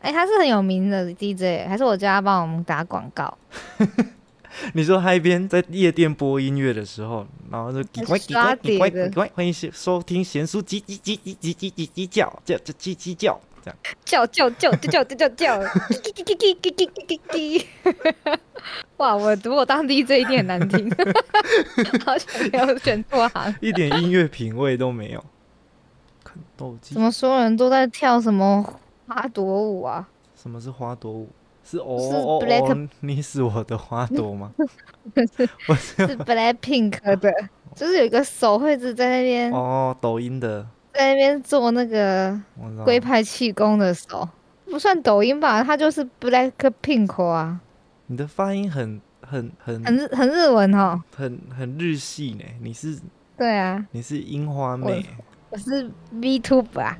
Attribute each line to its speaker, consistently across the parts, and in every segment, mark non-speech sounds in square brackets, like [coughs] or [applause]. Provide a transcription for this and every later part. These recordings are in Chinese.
Speaker 1: 哎、他是很有名的 DJ，还是我叫他帮我们打广告？
Speaker 2: [laughs] 你说他一边在夜店播音乐的时候，然后就叽呱叽
Speaker 1: 刷
Speaker 2: 呱叽呱
Speaker 1: 碟的
Speaker 2: 叽呱，欢迎收收听贤叔叽叽叽叽叽叽叽叽叫叫叫叽叽叫这样。
Speaker 1: 叫叫叫叫叫叫叫，叽叽叽叽叽叽叽叽叽。哇，我如果当 DJ 一定很难听， [laughs] 好想没有选错行。
Speaker 2: 一点音乐品味都没有。看斗鸡
Speaker 1: 怎，么所有人都在跳什么花朵舞啊？
Speaker 2: 什么是花朵舞？是哦
Speaker 1: 是
Speaker 2: 哦哦
Speaker 1: Black- 嗯
Speaker 2: 哦，你是我的花朵吗？
Speaker 1: 是 Blackpink 的，就是有一个手会一直在那边、
Speaker 2: 哦，抖音的，
Speaker 1: 在那边做那个
Speaker 2: 我知道
Speaker 1: 龟
Speaker 2: 了。
Speaker 1: 派气功的手，不算抖音吧？它就是 Blackpink 啊，
Speaker 2: 你的发音很很
Speaker 1: 很
Speaker 2: 很
Speaker 1: 日很日文哦。
Speaker 2: 很很日系呢，你是
Speaker 1: 对啊，
Speaker 2: 你是樱花
Speaker 1: 我
Speaker 2: 妹，
Speaker 1: 我是 B to 吧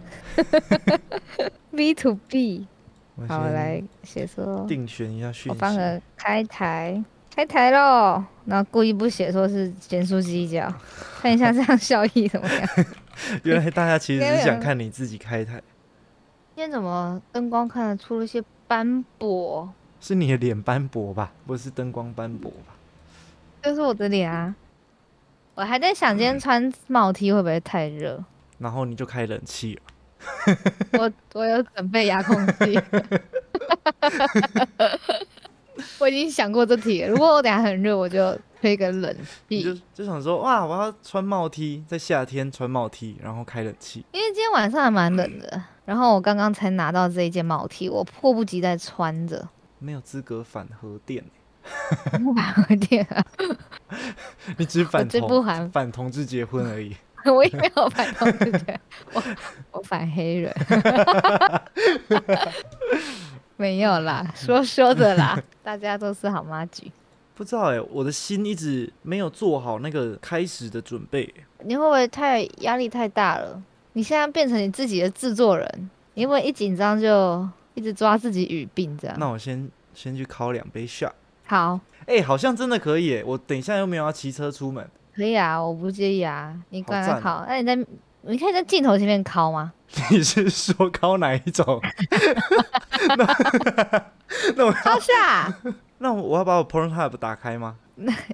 Speaker 1: [laughs] ，B to B。
Speaker 2: 我
Speaker 1: 好，
Speaker 2: 先
Speaker 1: 来写说，
Speaker 2: 定选一下讯
Speaker 1: 我
Speaker 2: 息。
Speaker 1: 帮个开台，开台喽。然后故意不写说是简书机一脚，看一下这样效益怎么样。
Speaker 2: [laughs] 原来大家其实
Speaker 1: 因为
Speaker 2: 是
Speaker 1: 有 [laughs]
Speaker 2: 想
Speaker 1: 人
Speaker 2: 看你自己开台，
Speaker 1: 今天怎么灯光看得出了一些斑驳？
Speaker 2: 是你的脸斑驳吧，不是灯光斑驳吧？
Speaker 1: 就是我的脸啊。我还在想今天穿帽 T 会不会太热？
Speaker 2: 然后你就开冷气了，
Speaker 1: 我我有准备遥控
Speaker 2: [laughs]
Speaker 1: 器。我已经想过这题了，如果我等下很热，我就吹个冷气。
Speaker 2: 你就就想说哇，我要穿帽 T，在夏天穿帽 T，然后开冷气。
Speaker 1: 因为今天晚上还蛮冷的，然后我刚刚才拿到这一件毛 T，我迫不及待穿着。 [laughs]
Speaker 2: 没有资格反核电 [laughs] 欸、
Speaker 1: 不反核电啊，
Speaker 2: 你只
Speaker 1: 我
Speaker 2: 反
Speaker 1: 最不
Speaker 2: 同
Speaker 1: 反，
Speaker 2: 反同志结婚而已。
Speaker 1: [laughs]
Speaker 2: [laughs]
Speaker 1: 我也没有反同志电，我我反黑人， [laughs] 没有啦，说说的啦，大家都是好妈局。
Speaker 2: 不知道哎、我的心一直没有做好那个开始的准备欸、
Speaker 1: 你会不会太压力太大了？你现在变成你自己的制作人，你会不会一紧张就一直抓自己语病这样？
Speaker 2: 那我先先去烤两杯 shot。
Speaker 1: 好，
Speaker 2: 哎、好像真的可以、欸。我等一下又没有要骑车出门， [laughs]
Speaker 1: 可以啊，我不介意啊，你
Speaker 2: 好
Speaker 1: 管他
Speaker 2: 赞
Speaker 1: 考，那你在你可以在镜头前面考
Speaker 2: [laughs]
Speaker 1: 吗？
Speaker 2: 你是说烤哪一种？ [laughs]
Speaker 1: 超下，
Speaker 2: 那我要把我 Pornhub 打开吗？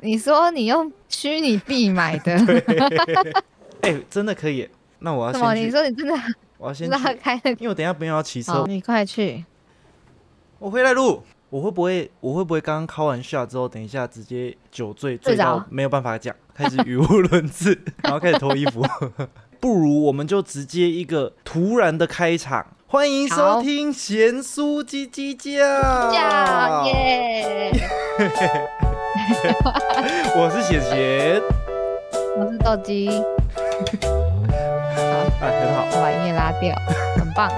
Speaker 1: 你说你用虚拟币买的， [laughs] 什
Speaker 2: 哎、真的可以欸、那我要
Speaker 1: 么？
Speaker 2: 先
Speaker 1: 你
Speaker 2: 去，
Speaker 1: 说你真的
Speaker 2: 我要先
Speaker 1: 拉
Speaker 2: 去，
Speaker 1: 开那个？
Speaker 2: 因为我等一下没有要骑
Speaker 1: 好，
Speaker 2: 车，
Speaker 1: 你快去。
Speaker 2: 我回来录。我会不会我会不会刚刚烤完 shot 之后，等一下直接酒醉醉到
Speaker 1: 着
Speaker 2: 没有办法讲，开始语无
Speaker 1: [laughs]
Speaker 2: 伦次，然后开始脱衣服？不如我们就直接一个突然的开场，欢迎收
Speaker 1: 好
Speaker 2: 听贤叔叽叽叫，
Speaker 1: 下耶！
Speaker 2: 我是贤贤，
Speaker 1: 我是斗鸡，
Speaker 2: 哎，很好，
Speaker 1: 我把音乐拉
Speaker 2: [laughs]
Speaker 1: 掉，很棒。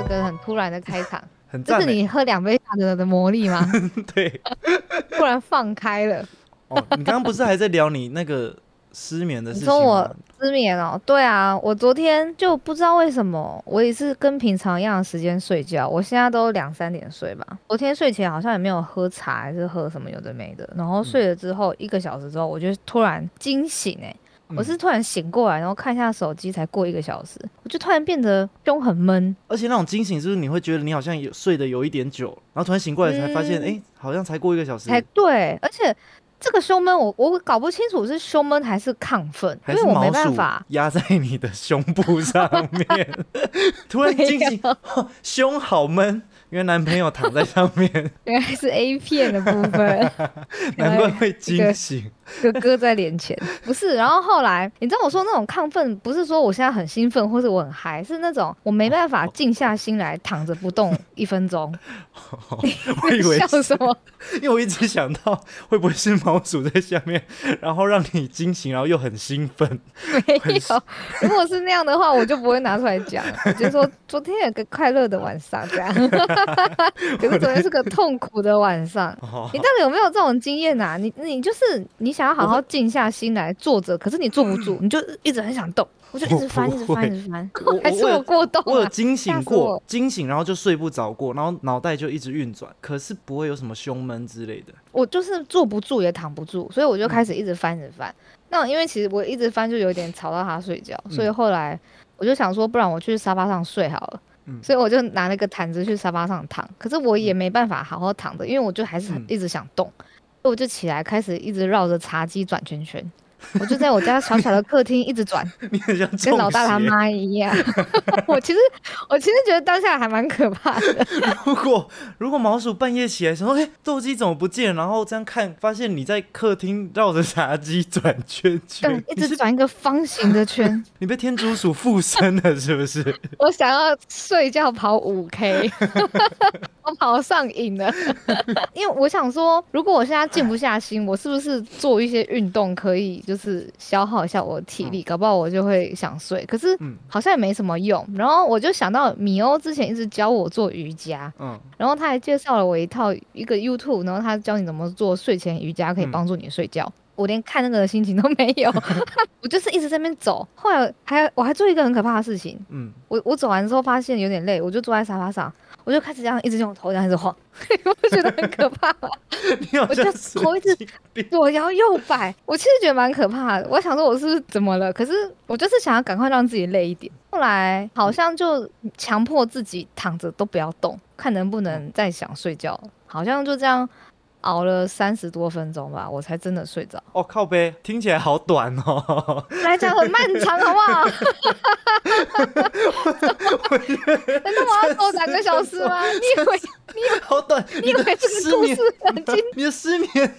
Speaker 1: 这个很突然的开场，
Speaker 2: 很
Speaker 1: 这
Speaker 2: 赞欸
Speaker 1: 是
Speaker 2: 美，
Speaker 1: 你喝两杯茶的的魔力吗？
Speaker 2: [laughs] 对，
Speaker 1: 突然放开了，
Speaker 2: 哦，你刚刚不是还在聊你那个失眠的事
Speaker 1: 你
Speaker 2: 情
Speaker 1: 说我
Speaker 2: 吗？
Speaker 1: 失眠哦？对啊，我昨天就不知道为什么，我也是跟平常一样的时间睡觉，我现在都两三点睡吧。昨天睡前好像也没有喝茶，还是喝什么有的没的，然后睡了之后、一个小时之后，我就突然惊醒哎、
Speaker 2: 嗯
Speaker 1: 我是突然醒过来，然后看一下手机，才过一个小时，我就突然变得胸很闷，
Speaker 2: 而且那种惊醒，是不是你会觉得你好像有睡得有一点久，然后突然醒过来才发现，
Speaker 1: 嗯
Speaker 2: 哎、好像才过一个小时，
Speaker 1: 才对，而且这个胸闷我，我搞不清楚是胸闷还是亢奋，因
Speaker 2: 还
Speaker 1: 为
Speaker 2: 是
Speaker 1: 我没
Speaker 2: 毛
Speaker 1: 办
Speaker 2: 鼠
Speaker 1: 法，
Speaker 2: 压在你的胸部上
Speaker 1: [laughs]
Speaker 2: 面，突然惊醒，哦胸好闷，原来男朋友躺在上
Speaker 1: [laughs]
Speaker 2: 面，
Speaker 1: 原来是 A 片的部分。
Speaker 2: [laughs]
Speaker 1: [laughs]
Speaker 2: 难怪会
Speaker 1: 这
Speaker 2: 惊
Speaker 1: 个
Speaker 2: 醒。
Speaker 1: 哥哥在脸前， [laughs] 不是。然后后来，你知道我说那种亢奋，不是说我现在很兴奋或是我很嗨，是那种我没办
Speaker 2: 哦
Speaker 1: 法静下心来躺着不动一分钟。
Speaker 2: [laughs] 我以
Speaker 1: [laughs]
Speaker 2: 为
Speaker 1: 笑
Speaker 2: 是，
Speaker 1: 什么？
Speaker 2: [laughs] 因为我一直想到会不会是毛鼠在下面，然后让你惊醒，然后又很兴奋。
Speaker 1: 没有。如果是那样的话，我就不会拿出来讲，我就说昨天有个快乐的晚上这样。 [laughs] 可是昨天是个痛苦的晚上。
Speaker 2: 哦
Speaker 1: 你到底有没有这种经验啊？你你就是你想要好好静下心来坐着，可是你坐不住，你就一直很想动，我就一直翻，
Speaker 2: 我
Speaker 1: 一
Speaker 2: 不
Speaker 1: 直翻，
Speaker 2: 会
Speaker 1: 一直翻
Speaker 2: 嗯我，
Speaker 1: 还是
Speaker 2: 我有
Speaker 1: 我过动
Speaker 2: 我有
Speaker 1: 了。
Speaker 2: 惊醒
Speaker 1: 吓死
Speaker 2: 过
Speaker 1: 我，
Speaker 2: 惊醒然后就睡不着过，然后脑袋就一直运转，可是不会有什么胸闷之类的。 [laughs]
Speaker 1: 我就是坐不住也躺不住，所以
Speaker 2: 嗯
Speaker 1: 我就开始一直翻，一直翻。那因为其实我
Speaker 2: 嗯
Speaker 1: 一直翻就有点吵到他睡觉，所以后来我就想说，不然我去沙发上睡好了。
Speaker 2: 嗯
Speaker 1: 所以我就拿了个毯子去沙发上躺，可是我也没办法好好躺着，因为我就还是很
Speaker 2: 嗯
Speaker 1: 一直想动，所以我就起来开始一直绕着茶几转圈圈，我就在我家小小的客厅一直
Speaker 2: [laughs]
Speaker 1: 转，
Speaker 2: 你很像中
Speaker 1: 跟老大他
Speaker 2: 邪。
Speaker 1: 妈一样。 [laughs] 我其实我其实觉得当下还蛮可怕的，
Speaker 2: 如果如果毛鼠半夜起来想说，哎、斗鸡怎么不见？然后这样看，发现你在客厅绕着茶几转圈
Speaker 1: 对
Speaker 2: 圈，，
Speaker 1: 一
Speaker 2: 你
Speaker 1: 直
Speaker 2: 是
Speaker 1: 转一个方形的圈。
Speaker 2: 你被天竺鼠附身了是不是？ [laughs]
Speaker 1: 我想要睡觉跑五 K，我跑上瘾了，因为我想说，如果我现在静不下心，我是不是做一些运动可以就是消耗一下我的体力，搞不好我就会想睡。可是
Speaker 2: 嗯
Speaker 1: 好像也没什么用。然后我就想到米欧之前一直教我做瑜伽，
Speaker 2: 嗯，
Speaker 1: 然后他还介绍了我一套一个 YouTube，然后他教你怎么做睡前瑜伽，可以
Speaker 2: 嗯
Speaker 1: 帮助你睡觉。我连看那个的心情都没有，我就是一直在那边走。后来还我还做一个很可怕的事情，
Speaker 2: 嗯，
Speaker 1: 我我走完之后发现有点累，我就坐在沙发上，我就开始这样一直用头这样一直晃， [laughs] 我就觉得很可怕。
Speaker 2: 你好
Speaker 1: 我就
Speaker 2: 像
Speaker 1: 头一直
Speaker 2: 神经病
Speaker 1: 左摇右摆，我其实觉得蛮可怕的。我想说我是不是怎么了？可是我就是想要赶快让自己累一点。后来
Speaker 2: 嗯
Speaker 1: 好像就强迫自己躺着都不要动，看能不
Speaker 2: 嗯
Speaker 1: 能再想睡觉。好像就这样熬了三十多分钟吧，我才真的睡着。
Speaker 2: 哦靠背，听起来好短哦。
Speaker 1: 来讲很漫长，好不好？难道我要走两个小时吗？你以为
Speaker 2: 好短，
Speaker 1: 你
Speaker 2: 你
Speaker 1: 以
Speaker 2: 的
Speaker 1: 为这
Speaker 2: 失
Speaker 1: 个故
Speaker 2: 眠，
Speaker 1: 事很精
Speaker 2: 你的失眠，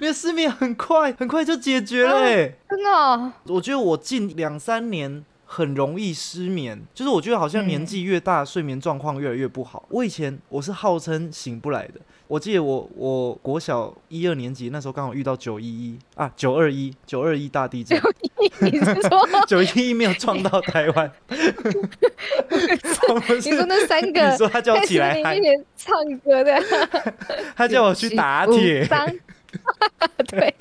Speaker 2: 你的失眠很快，很快就解决
Speaker 1: 啊
Speaker 2: 了、欸。
Speaker 1: 真哦？
Speaker 2: 我觉得我近两三年很容易失眠，就是我觉得好像年纪越大，睡眠状况越来越不好。我以前我是号称醒不来的，我记得我我国小一二年级那时候刚好遇到九一一啊九二一九二一大
Speaker 1: [laughs]
Speaker 2: 地震，
Speaker 1: 你你是说
Speaker 2: 九一一没有撞到台
Speaker 1: [laughs]
Speaker 2: 湾，我们
Speaker 1: 你
Speaker 2: 是
Speaker 1: 说那三个
Speaker 2: 你说他叫我
Speaker 1: 开
Speaker 2: 起
Speaker 1: 始
Speaker 2: 来
Speaker 1: 你
Speaker 2: 嗨
Speaker 1: 一，点唱歌的，
Speaker 2: 他叫我去打铁，
Speaker 1: 张对，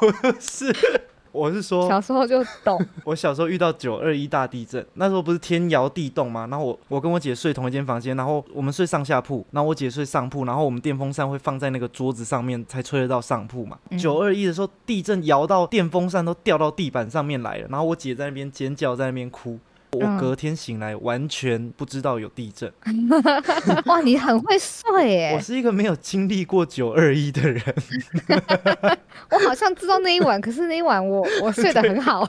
Speaker 2: 我是 [laughs] 我是说
Speaker 1: 小时候就懂，
Speaker 2: 我小时候遇到九二一大地震，那时候不是天摇地动吗？然后我我跟我姐睡同一间房间，然后我们睡上下铺，然后我姐睡上铺，然后我们电风扇会放在那个桌子上面才吹得到上铺嘛。
Speaker 1: 嗯
Speaker 2: 九二一的时候，地震摇到电风扇都掉到地板上面来了，然后我姐在那边尖叫，在那边哭。我
Speaker 1: 嗯
Speaker 2: 隔天醒来完全不知道有地震，
Speaker 1: 哇，你很会睡
Speaker 2: 我
Speaker 1: 耶！
Speaker 2: 是一个没有经历过九二一的人。
Speaker 1: 我好像知道那一晚，可是那一晚我我睡得很好，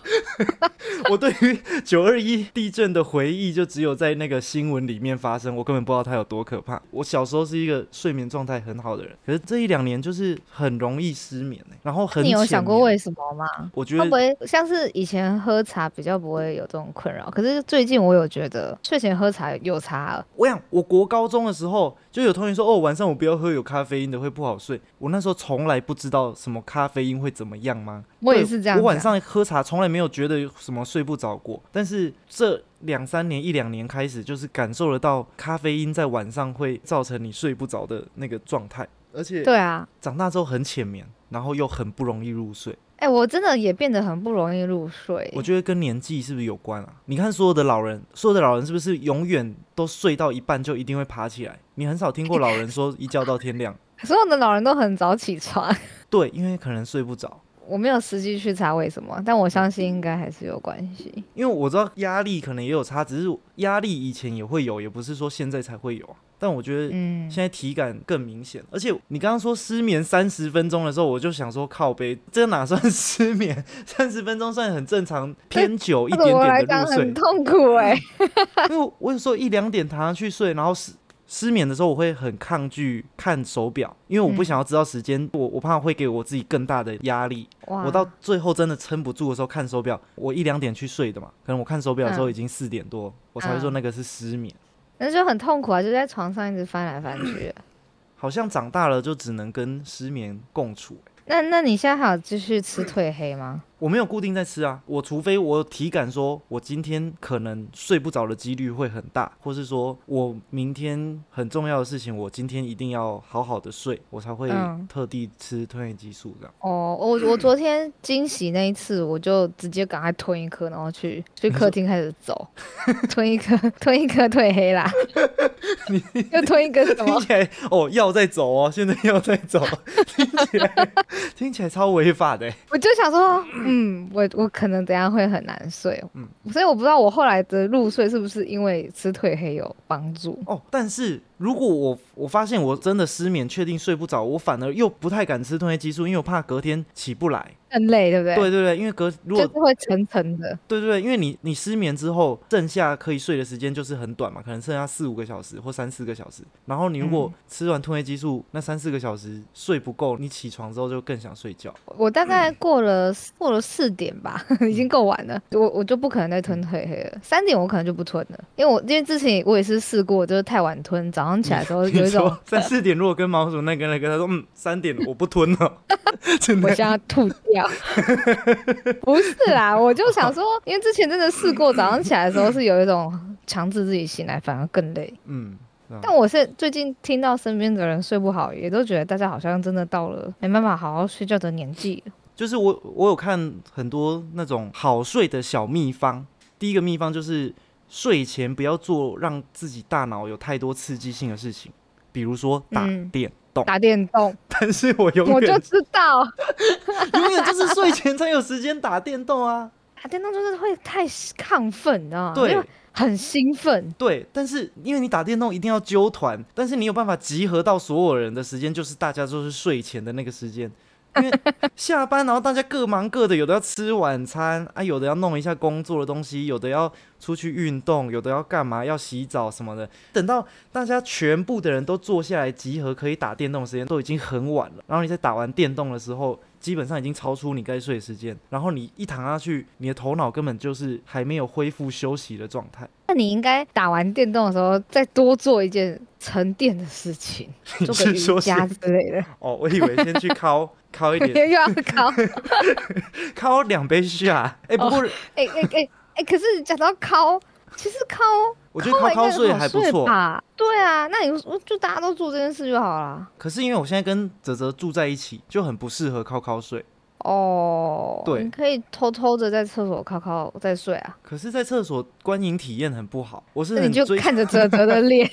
Speaker 2: [laughs] 我对于九二一地震的回忆，就只有在那个新闻里面发生，我根本不知道它有多可怕。我小时候是一个睡眠状态很好的人，可是这一两年就是很容易失眠、欸、然后很
Speaker 1: 你有
Speaker 2: 浅
Speaker 1: 想过
Speaker 2: 眠
Speaker 1: 为什么吗？
Speaker 2: 我觉
Speaker 1: 会不
Speaker 2: 得
Speaker 1: 会像是以前喝茶比较不会有这种困扰？可是最近我有觉得睡前喝茶有差了，
Speaker 2: 我想，我国高中的时候就有同学说，哦，晚上我不要喝有咖啡因的会不好睡。我那时候从来不知道什么咖啡因会怎么样吗？
Speaker 1: 我也
Speaker 2: 对
Speaker 1: 是这样
Speaker 2: 我晚
Speaker 1: 想
Speaker 2: 上喝茶从来没有觉得有什么睡不着过，但是这两三年一两年开始，就是感受得到咖啡因在晚上会造成你睡不着的那个状态，而且
Speaker 1: 对啊。
Speaker 2: 长大之后很浅眠，然后又很不容易入睡。
Speaker 1: 哎、我真的也变得很不容易入睡。
Speaker 2: 我觉得跟年纪是不是有关啊？你看所有的老人，所有的老人是不是永远都睡到一半就一定会爬起来？你很少听过老人说一觉到天亮。
Speaker 1: 所有的老人都很早起床， [laughs]
Speaker 2: 对，因为可能睡不着，
Speaker 1: 我没有实际去查为什么，但我相信应该还是有关系。
Speaker 2: 因为我知道压力可能也有差，只是压力以前也会有，也不是说现在才会有啊。但我觉得
Speaker 1: 嗯
Speaker 2: 现，在体感更明显，而且你刚刚说失眠三十分钟的时候，我就想说靠背，这哪算失眠？ [laughs] 三十分钟算很正常，偏久一
Speaker 1: 这 [laughs] 对
Speaker 2: 点
Speaker 1: 我来
Speaker 2: 点
Speaker 1: 讲
Speaker 2: 的入睡
Speaker 1: 很。痛苦哎、
Speaker 2: 因为我有时候一两点躺上去睡，然后失失眠的时候，我会很抗拒看手表，因为我不
Speaker 1: 嗯
Speaker 2: 想要知道时间，我我怕会给我自己更大的压力。
Speaker 1: 哇，
Speaker 2: [laughs] 我到最后真的撑不住的时候看手表，我一两点去睡的嘛，可能我看手表的时候
Speaker 1: 嗯
Speaker 2: 已经四点多，我才会说
Speaker 1: 嗯
Speaker 2: 那个是失眠。
Speaker 1: 那就很痛苦啊，就在床上一直翻来翻去。
Speaker 2: 好像长大了就只能跟失眠共处、
Speaker 1: 那那你现在还有继续吃褪黑吗？
Speaker 2: 我没有固定在吃啊，我除非我有体感说，我今天可能睡不着的几率会很大，或是说我明天很重要的事情，我今天一定要好好的睡，我才会
Speaker 1: 嗯
Speaker 2: 特地吃褪黑激素这样。
Speaker 1: 哦，我我昨天惊喜那一次，我就直接赶快吞一颗，然后去去客厅开始走，吞一颗吞一颗褪黑
Speaker 2: [laughs]
Speaker 1: 啦，又吞一个什
Speaker 2: 听
Speaker 1: 么？
Speaker 2: 起来哦，药在走啊 [laughs] 哦，现在药在走，听起来听起来超违法的欸。
Speaker 1: 我就想说，嗯，嗯，我我可能等一下会很难睡，
Speaker 2: 嗯
Speaker 1: 嗯，所以我不知道我后来的入睡是不是因为吃褪黑有帮助。
Speaker 2: 哦，但是如果我我发现我真的失眠，确定睡不着，我反而又不太敢吃褪黑激素，因为我怕隔天起不来。
Speaker 1: 很累，对不对？
Speaker 2: 对对对，因为隔如
Speaker 1: 就
Speaker 2: 果
Speaker 1: 是会沉沉的。
Speaker 2: 对对对，因为你你失眠之后，剩下可以睡的时间就是很短嘛，可能剩下四五个小时或三四个小时。然后你如
Speaker 1: 嗯
Speaker 2: 果吃完褪黑激素，那三四个小时睡不够，你起床之后就更想睡觉。
Speaker 1: 我大
Speaker 2: 嗯
Speaker 1: 概过了、过了四点吧， [laughs] 已经够晚了。我我就不可能再
Speaker 2: 嗯
Speaker 1: 吞褪黑了。三点我可能就不吞了，因为我因为之前我也是试过，就是太晚吞，早上起来的时候有
Speaker 2: 你
Speaker 1: 一种
Speaker 2: 说三四点如果跟毛鼠那个那个，他说嗯三点我不吞了， [laughs] 真
Speaker 1: [laughs] 我
Speaker 2: 的。
Speaker 1: 想要吐掉。 [laughs] 不是啦，我就想说，因为之前真的试过，早上起来的时候是有一种强制自己醒来，反而更累。
Speaker 2: 嗯，
Speaker 1: 但我是最近听到身边的人睡不好，也都觉得大家好像真的到了没办法好好睡觉的年纪了。
Speaker 2: 就是我我有看很多那种好睡的小秘方，第一个秘方就是睡前不要做让自己大脑有太多刺激性的事情，比如说打
Speaker 1: 嗯
Speaker 2: 电动。
Speaker 1: 打电动，
Speaker 2: 但是我永
Speaker 1: 我就
Speaker 2: 远
Speaker 1: 知道
Speaker 2: 永远就是睡前才有时间打电
Speaker 1: [laughs]
Speaker 2: 动啊。
Speaker 1: 打电动就是会太亢奋，你知道吗？
Speaker 2: 对
Speaker 1: 就很兴奋。
Speaker 2: 对，但是因为你打电动一定要揪团，但是你有办法集合到所有人的时间，就是大家都是睡前的那个时间。因为下班，然后大家各忙各的，有的要吃晚餐啊，有的要弄一下工作的东西，有的要出去运动，有的要干嘛，要洗澡什么的。等到大家全部的人都坐下来集合，可以打电动的时间都已经很晚了。然后你在打完电动的时候，基本上已经超出你该睡的时间。然后你一躺下去，你的头脑根本就是还没有恢复休息的状态。
Speaker 1: 那你应该打完电动的时候再多做一件沉淀的事
Speaker 2: [laughs]
Speaker 1: 情，做个
Speaker 2: 是说
Speaker 1: 瑜伽之类的，
Speaker 2: 哦，我以为先去
Speaker 1: [laughs]
Speaker 2: 敲敲一点，
Speaker 1: 又要考。
Speaker 2: 敲两
Speaker 1: [laughs]
Speaker 2: 杯下。哎、不过、
Speaker 1: 哎哎哎哎，可是讲到考，其实考
Speaker 2: 我觉得敲敲睡还不错。
Speaker 1: 吧？对啊，那你就就大家都做这件事就好啦。
Speaker 2: 可是因为我现在跟泽泽住在一起，就很不适合敲敲睡。
Speaker 1: 哦，
Speaker 2: 对
Speaker 1: 你可以偷偷的在厕所考考再睡啊，
Speaker 2: 可是，在厕所观影体验很不好，我是
Speaker 1: 那你
Speaker 2: 很
Speaker 1: 就
Speaker 2: 追，
Speaker 1: 看着泽泽的脸，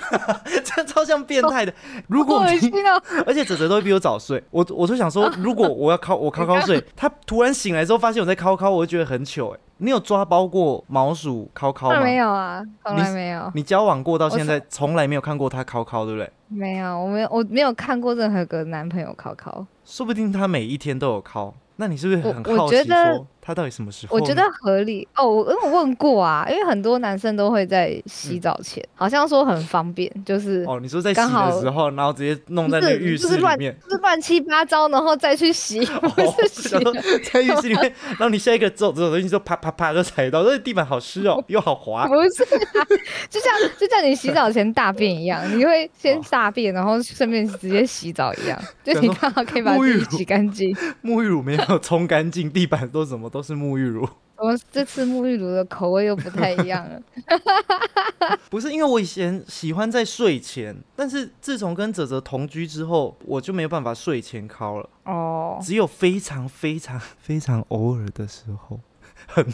Speaker 2: [laughs] 这超像变态的。如
Speaker 1: 好
Speaker 2: 果
Speaker 1: 恶
Speaker 2: 你，
Speaker 1: 心哦。
Speaker 2: [laughs] 而且泽泽都会比我早睡，我我就想说，如果我要敲我敲敲
Speaker 1: [laughs]
Speaker 2: 睡，他突然醒来之后发现我在敲敲，我就觉得很糗、哎，你有抓包过毛鼠敲敲
Speaker 1: 当
Speaker 2: 吗
Speaker 1: 然？没有啊，从
Speaker 2: 你
Speaker 1: 来
Speaker 2: 是
Speaker 1: 没有，
Speaker 2: 你交往过到
Speaker 1: 我
Speaker 2: 现在，从来没有看过他敲敲，对不对？
Speaker 1: 没有，我没有，我没有看过任何个男朋友考考。
Speaker 2: [laughs] 说不定他每一天都有敲，那你是不是
Speaker 1: 我
Speaker 2: 很
Speaker 1: 我
Speaker 2: 好
Speaker 1: 觉
Speaker 2: 奇
Speaker 1: 得
Speaker 2: 说他到底什么时候
Speaker 1: 我
Speaker 2: 呢？
Speaker 1: 觉得合理哦，我因为我问过啊，因为很多男生都会在洗澡前，好像说很方便，就是、
Speaker 2: 哦，你说在洗
Speaker 1: 刚好
Speaker 2: 的时候，然后直接弄
Speaker 1: 不
Speaker 2: 在那个
Speaker 1: 是
Speaker 2: 浴
Speaker 1: 就
Speaker 2: 室
Speaker 1: 是
Speaker 2: 里
Speaker 1: 乱
Speaker 2: 面。
Speaker 1: 就是乱七八糟，然后再去洗，
Speaker 2: [laughs] 哦
Speaker 1: 不是洗
Speaker 2: 想说在浴室里面，然后你下一个走走走，你就啪啪啪就踩到，这地板好湿
Speaker 1: [laughs]
Speaker 2: 哦，又好滑。
Speaker 1: 不是啊，就像就像你洗澡前大便一样，你
Speaker 2: [laughs]
Speaker 1: 会先大便，然后顺便直接洗澡一样，就
Speaker 2: 哦想
Speaker 1: 你
Speaker 2: 说
Speaker 1: 刚好可以把
Speaker 2: 沐浴
Speaker 1: 自己
Speaker 2: 乳
Speaker 1: 洗干净。
Speaker 2: 沐浴乳没有冲干净，地板都什么都是沐浴
Speaker 1: [laughs]
Speaker 2: 乳。
Speaker 1: 我这次沐浴乳的口味又不太一样
Speaker 2: [laughs]
Speaker 1: 了，
Speaker 2: 不是因为我以前喜欢在睡前，但是自从跟泽泽同居之后，我就没有办法睡前敲了，
Speaker 1: 哦，
Speaker 2: 只有非常非常 [laughs] 非常偶尔的时候， [laughs] 很，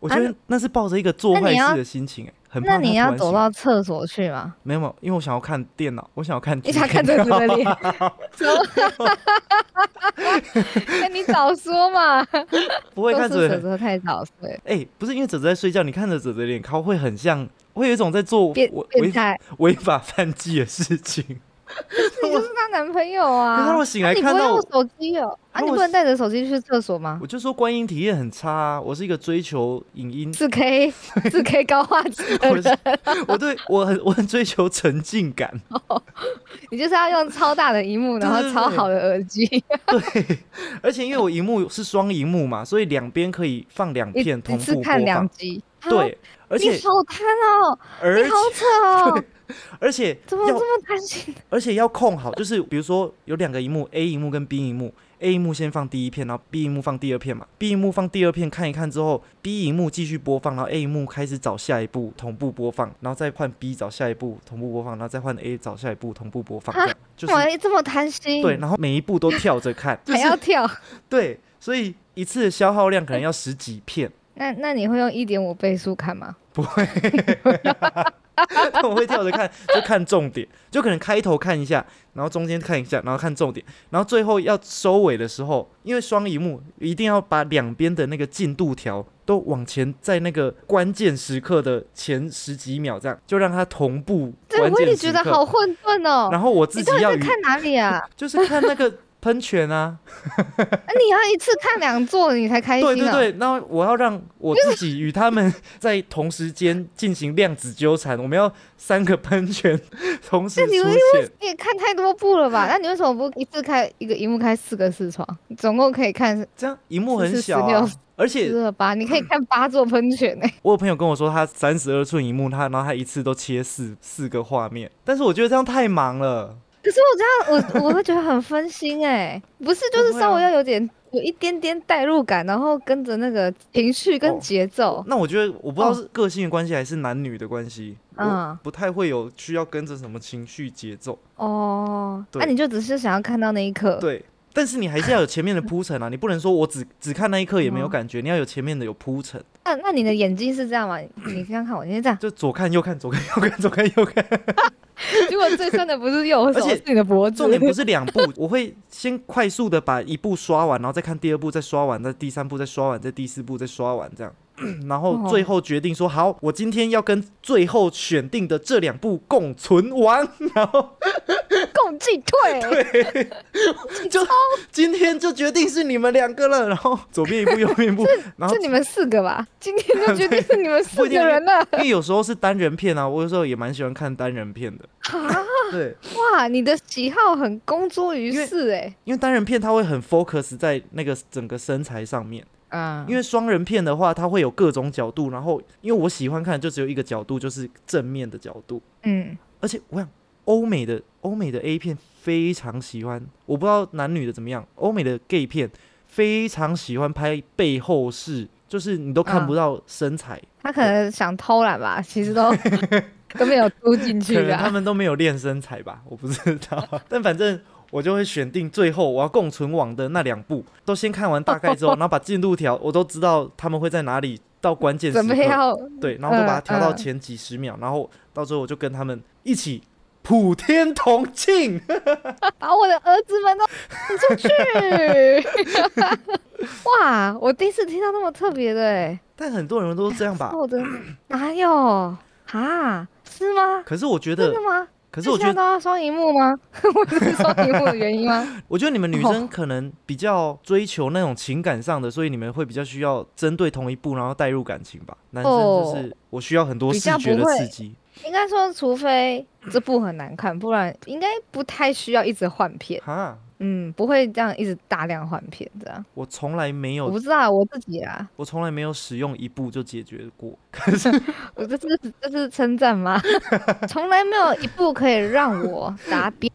Speaker 2: 我觉得那是抱着一个做
Speaker 1: 啊那你
Speaker 2: 坏
Speaker 1: 要
Speaker 2: 事的心情、哎，很怕
Speaker 1: 那
Speaker 2: 他
Speaker 1: 你
Speaker 2: 突
Speaker 1: 要
Speaker 2: 然
Speaker 1: 走
Speaker 2: 醒
Speaker 1: 到厕所去吗？
Speaker 2: 没有，没有，因为我想要看电脑，我想要看。 [laughs]
Speaker 1: 你想看着你的 [laughs] 脸？那哎你早说
Speaker 2: [laughs]
Speaker 1: 嘛！
Speaker 2: 不会
Speaker 1: 都
Speaker 2: 看
Speaker 1: 是
Speaker 2: 着
Speaker 1: 泽。
Speaker 2: [laughs]
Speaker 1: 泽太早睡，
Speaker 2: 哎、不是因为泽泽在睡觉，你看着泽泽的脸靠，会很像，会有一种在做违
Speaker 1: 变变
Speaker 2: 违
Speaker 1: 态，
Speaker 2: 违法犯纪的事情。 [laughs]
Speaker 1: [laughs] 你就是她男朋友
Speaker 2: 可是
Speaker 1: 啊
Speaker 2: 他！我醒来
Speaker 1: 那你不
Speaker 2: 看
Speaker 1: 会
Speaker 2: 到
Speaker 1: 用
Speaker 2: 我，
Speaker 1: 手机哦？啊，
Speaker 2: 如
Speaker 1: 你不
Speaker 2: 果是
Speaker 1: 能带着手机去厕所吗？
Speaker 2: 我就说观音体验很差啊。我是一个追求影音，
Speaker 1: 四 K 四 K 高画质的
Speaker 2: [laughs] 我
Speaker 1: 人
Speaker 2: 是，我对我很我很追求沉浸感。
Speaker 1: 你就是要用超大的荧幕，然后
Speaker 2: 对对
Speaker 1: 超
Speaker 2: 对
Speaker 1: 好的耳机，
Speaker 2: [laughs] 对，而且因为我荧幕是双荧幕嘛，所以两边可以放两
Speaker 1: 一
Speaker 2: 片同
Speaker 1: 一次
Speaker 2: 步播
Speaker 1: 看两
Speaker 2: 放。
Speaker 1: 集。啊，
Speaker 2: 对，而且
Speaker 1: 你好贪哦，
Speaker 2: 而
Speaker 1: 你
Speaker 2: 且
Speaker 1: 好扯
Speaker 2: [laughs]
Speaker 1: 哦，
Speaker 2: 而且
Speaker 1: 怎么这
Speaker 2: 要
Speaker 1: 么贪心？
Speaker 2: 而且要控好，就是比如说有两个荧幕，A 荧幕跟 B 荧幕，A 荧幕先放第一片，然后 B 荧幕放第二片嘛，B 荧幕放第二片看一看之后，B 荧幕继续播放，然后 A 荧幕开始找下一步同步播放，然后再换 B 找下一步同步播放，然后再换 A 找下一步同步播放，
Speaker 1: 啊
Speaker 2: 这样就
Speaker 1: 干嘛
Speaker 2: 是
Speaker 1: 要这么贪心？
Speaker 2: 对，然后每一步都跳着看，就
Speaker 1: 还要
Speaker 2: 是
Speaker 1: 跳？
Speaker 2: 对，所以一次的消耗量可能要十几片。 [laughs]
Speaker 1: 那那你会用一点五倍速看吗？
Speaker 2: 不会，但我会跳着看，就看重点，就可能开头看一下，然后中间看一下，然后看重点，然后最后要收尾的时候，因为双荧幕一定要把两边的那个进度条都往前，在那个关键时刻的前十几秒这样，就让它同步
Speaker 1: 对，
Speaker 2: 关
Speaker 1: 我也
Speaker 2: 键时
Speaker 1: 觉得好
Speaker 2: 刻。
Speaker 1: 混沌哦、
Speaker 2: 然后我自
Speaker 1: 你
Speaker 2: 己
Speaker 1: 到底
Speaker 2: 要
Speaker 1: 在
Speaker 2: 与
Speaker 1: 看哪
Speaker 2: [laughs]
Speaker 1: 里啊？
Speaker 2: 就是看那个喷泉啊，
Speaker 1: 啊你要一次看两座你才开心、啊。
Speaker 2: 对对对，那我要让我自己与他们在同时间进行量子纠缠，我们要三个喷泉同时
Speaker 1: 那你
Speaker 2: 出
Speaker 1: 们
Speaker 2: 现。
Speaker 1: 你也看太多部了吧？那你为什么不一次开一个荧幕开四个视窗，总共可以看
Speaker 2: 这样荧幕很
Speaker 1: 14
Speaker 2: 小啊
Speaker 1: 16，
Speaker 2: 而
Speaker 1: 十
Speaker 2: 且
Speaker 1: 二八？你可以看八座喷泉
Speaker 2: [laughs]
Speaker 1: 哎、
Speaker 2: 我有朋友跟我说，他三十二寸荧幕，他然后他一次都切四四个画面，但是我觉得这样太忙了。
Speaker 1: 可是我这样，我我会觉得很分心哎、 [laughs] 不是，就
Speaker 2: 不
Speaker 1: 是
Speaker 2: 会啊
Speaker 1: 稍微要有点有一点点代入感，然后跟着那个情绪
Speaker 2: 哦
Speaker 1: 跟节奏。
Speaker 2: 那我觉得我不知道是个性的关系还是男女的关系，嗯
Speaker 1: 嗯，
Speaker 2: 不太会有需要跟着什么情绪节奏。
Speaker 1: 哦，那、
Speaker 2: 对
Speaker 1: 你就只是想要看到那一刻。
Speaker 2: 对，但是你还是要有前面的铺陈啊，你不能说我只只看那一刻也没
Speaker 1: 嗯
Speaker 2: 有感觉，你要有前面的有铺陈。
Speaker 1: 那那你的眼睛是这样吗？你你看看我，你是这
Speaker 2: [laughs]
Speaker 1: 样。
Speaker 2: 就左看右看，左看右看，左看右看。 [laughs]
Speaker 1: 结果最深的不是右手，
Speaker 2: 而且
Speaker 1: 是你的脖子。
Speaker 2: 重点不是两部，我会先快速的把一部刷完，然后再看第二部，再刷完，再第三部再刷完，再第四部再刷完，这样。 [coughs] 然后最后决定说好，我今天要跟最后选定的这两部共存亡，然后
Speaker 1: 共进退。
Speaker 2: [laughs] 就今天就决定是你们两个了，然后左边一部，右边
Speaker 1: [laughs]
Speaker 2: 一部，然后
Speaker 1: 就你们四个吧，今天就决定是你们
Speaker 2: 啊 [laughs] 不
Speaker 1: 四
Speaker 2: 一定
Speaker 1: 个人了。
Speaker 2: 因为有时候是单人片啊，我有时候也蛮喜欢看单人片
Speaker 1: [laughs]
Speaker 2: 的。对，
Speaker 1: 哇，你的喜好很公诸于世哎、
Speaker 2: 因为单人片它会很 focus 在那个整个身材上面。
Speaker 1: 啊
Speaker 2: 因为双人片的话，它会有各种角度，然后因为我喜欢看就只有一个角度，就是正面的角度。
Speaker 1: 嗯，
Speaker 2: 而且我想，欧美的欧美的 A 片非常喜欢，我不知道男女的怎么样，欧美的 gay 片非常喜欢拍背后式，就是你都看不到身材，
Speaker 1: 他可能想偷懒吧，其实
Speaker 2: [laughs]
Speaker 1: 都都没有租进去
Speaker 2: 可能他
Speaker 1: 啊。
Speaker 2: 们都没有练身材吧，我不知道。但反正我就会选定最后我要共存网的那两部，都先看完大概之后，然后把进度条我都知道他们会在哪里到关键时
Speaker 1: 准
Speaker 2: 刻。
Speaker 1: 备要
Speaker 2: 对，然后都把它调到
Speaker 1: 嗯嗯
Speaker 2: 前几十秒，然后到最后我就跟他们一起普天同庆。 [laughs]
Speaker 1: 把我的儿子们都 [laughs] 赶出去！哇，我第一次听到那么特别的哎、
Speaker 2: 但很多人都这样吧
Speaker 1: 那？我的哪有啊？是吗？
Speaker 2: 可是我觉
Speaker 1: 真
Speaker 2: 得
Speaker 1: 的，吗？
Speaker 2: 可是我
Speaker 1: 现
Speaker 2: 觉
Speaker 1: 在
Speaker 2: 得，
Speaker 1: 都要双荧幕吗？ [laughs] 我是双荧幕的原因吗？
Speaker 2: 我觉得你们女
Speaker 1: 哦
Speaker 2: 生可能比较追求那种情感上的，所以你们会比较需要针对同一部，然后带入感情吧。男生就
Speaker 1: 哦
Speaker 2: 是我需要很多
Speaker 1: 比
Speaker 2: 视
Speaker 1: 较
Speaker 2: 觉
Speaker 1: 不
Speaker 2: 的
Speaker 1: 会
Speaker 2: 刺激。
Speaker 1: 应该说，除非这部很难看，不然应该不太需要一直换片。
Speaker 2: 哈，
Speaker 1: 嗯，不会这样一直大量换片这样。
Speaker 2: 我从来没
Speaker 1: 我
Speaker 2: 有，
Speaker 1: 不知道我自己
Speaker 2: [laughs]
Speaker 1: 啊，
Speaker 2: 我从来没有使用一部就解决过。 [laughs]
Speaker 1: 我这是这是称赞吗？从来没有一部可以让我达标，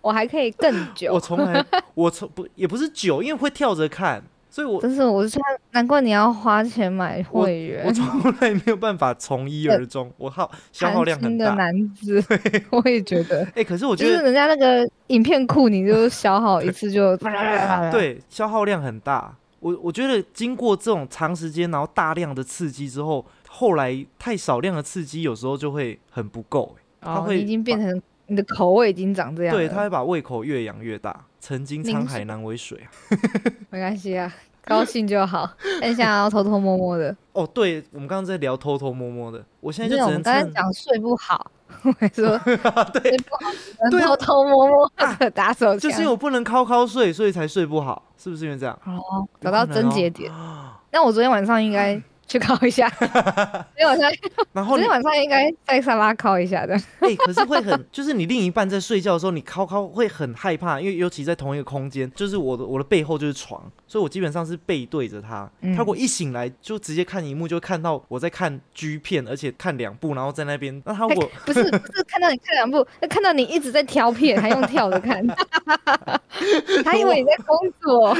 Speaker 1: 我还可以更
Speaker 2: 我
Speaker 1: 久。
Speaker 2: 从来，我从不也不是久，因为会跳着看，所以我
Speaker 1: 真是，我是说难怪你要花钱买
Speaker 2: 我
Speaker 1: 会
Speaker 2: 我
Speaker 1: 员，
Speaker 2: 从来没有办法从一而终，我耗消耗量
Speaker 1: 寒
Speaker 2: 很
Speaker 1: 心的
Speaker 2: 大。
Speaker 1: 男子，我也觉得，
Speaker 2: 哎、可是我
Speaker 1: 就
Speaker 2: 觉
Speaker 1: 是
Speaker 2: 得
Speaker 1: 人家那个影片库，你就消耗一次就
Speaker 2: [laughs]
Speaker 1: 啊
Speaker 2: 对消耗量很大。我我觉得经过这种长时间，然后大量的刺激之后，后来太少量的刺激有时候就会很不够、他
Speaker 1: 哦，
Speaker 2: 会
Speaker 1: 你已经变
Speaker 2: 把
Speaker 1: 成你的口味已经长这样了。
Speaker 2: 对，它会把胃口越养越大。曾经
Speaker 1: 您
Speaker 2: 沧
Speaker 1: 是
Speaker 2: 海难为水啊。
Speaker 1: 没关系啊，高兴就
Speaker 2: [laughs]
Speaker 1: 好。很想要偷偷摸摸的，
Speaker 2: 哦，对，我们刚刚在聊偷偷摸摸的，我现
Speaker 1: 因
Speaker 2: 在
Speaker 1: 为
Speaker 2: 就
Speaker 1: 我
Speaker 2: 只
Speaker 1: 们
Speaker 2: 能
Speaker 1: 刚才
Speaker 2: 趁
Speaker 1: 讲睡不好，我还说睡不好，只
Speaker 2: [laughs] 对
Speaker 1: 能
Speaker 2: 啊
Speaker 1: 偷偷摸摸的打手枪，
Speaker 2: 就是因为我不能靠靠睡，所以才睡不好，是不是因为
Speaker 1: [laughs]
Speaker 2: 这样？
Speaker 1: 哦，找
Speaker 2: 有
Speaker 1: 到
Speaker 2: 可能
Speaker 1: 症
Speaker 2: 哦
Speaker 1: 结点。那我昨天晚上应该去 [laughs] 考一
Speaker 2: [laughs]
Speaker 1: 下，昨天晚上
Speaker 2: 然后
Speaker 1: 昨
Speaker 2: 你
Speaker 1: 天晚上应该在沙发考一下的。
Speaker 2: [laughs] 哎、可是会很，就是你另一半在睡觉的时候，你靠靠会很害怕，因为尤其在同一个空间，就是我的我的背后就是床，所以我基本上是背对着他。
Speaker 1: 嗯
Speaker 2: 他如果一醒来就直接看荧幕，就会看到我在看 G 片，而且看两部，然后在那边。那他如果
Speaker 1: 哎不是不是看到你看两部，看到你一直在挑片，还用跳着看，他以为你在工作，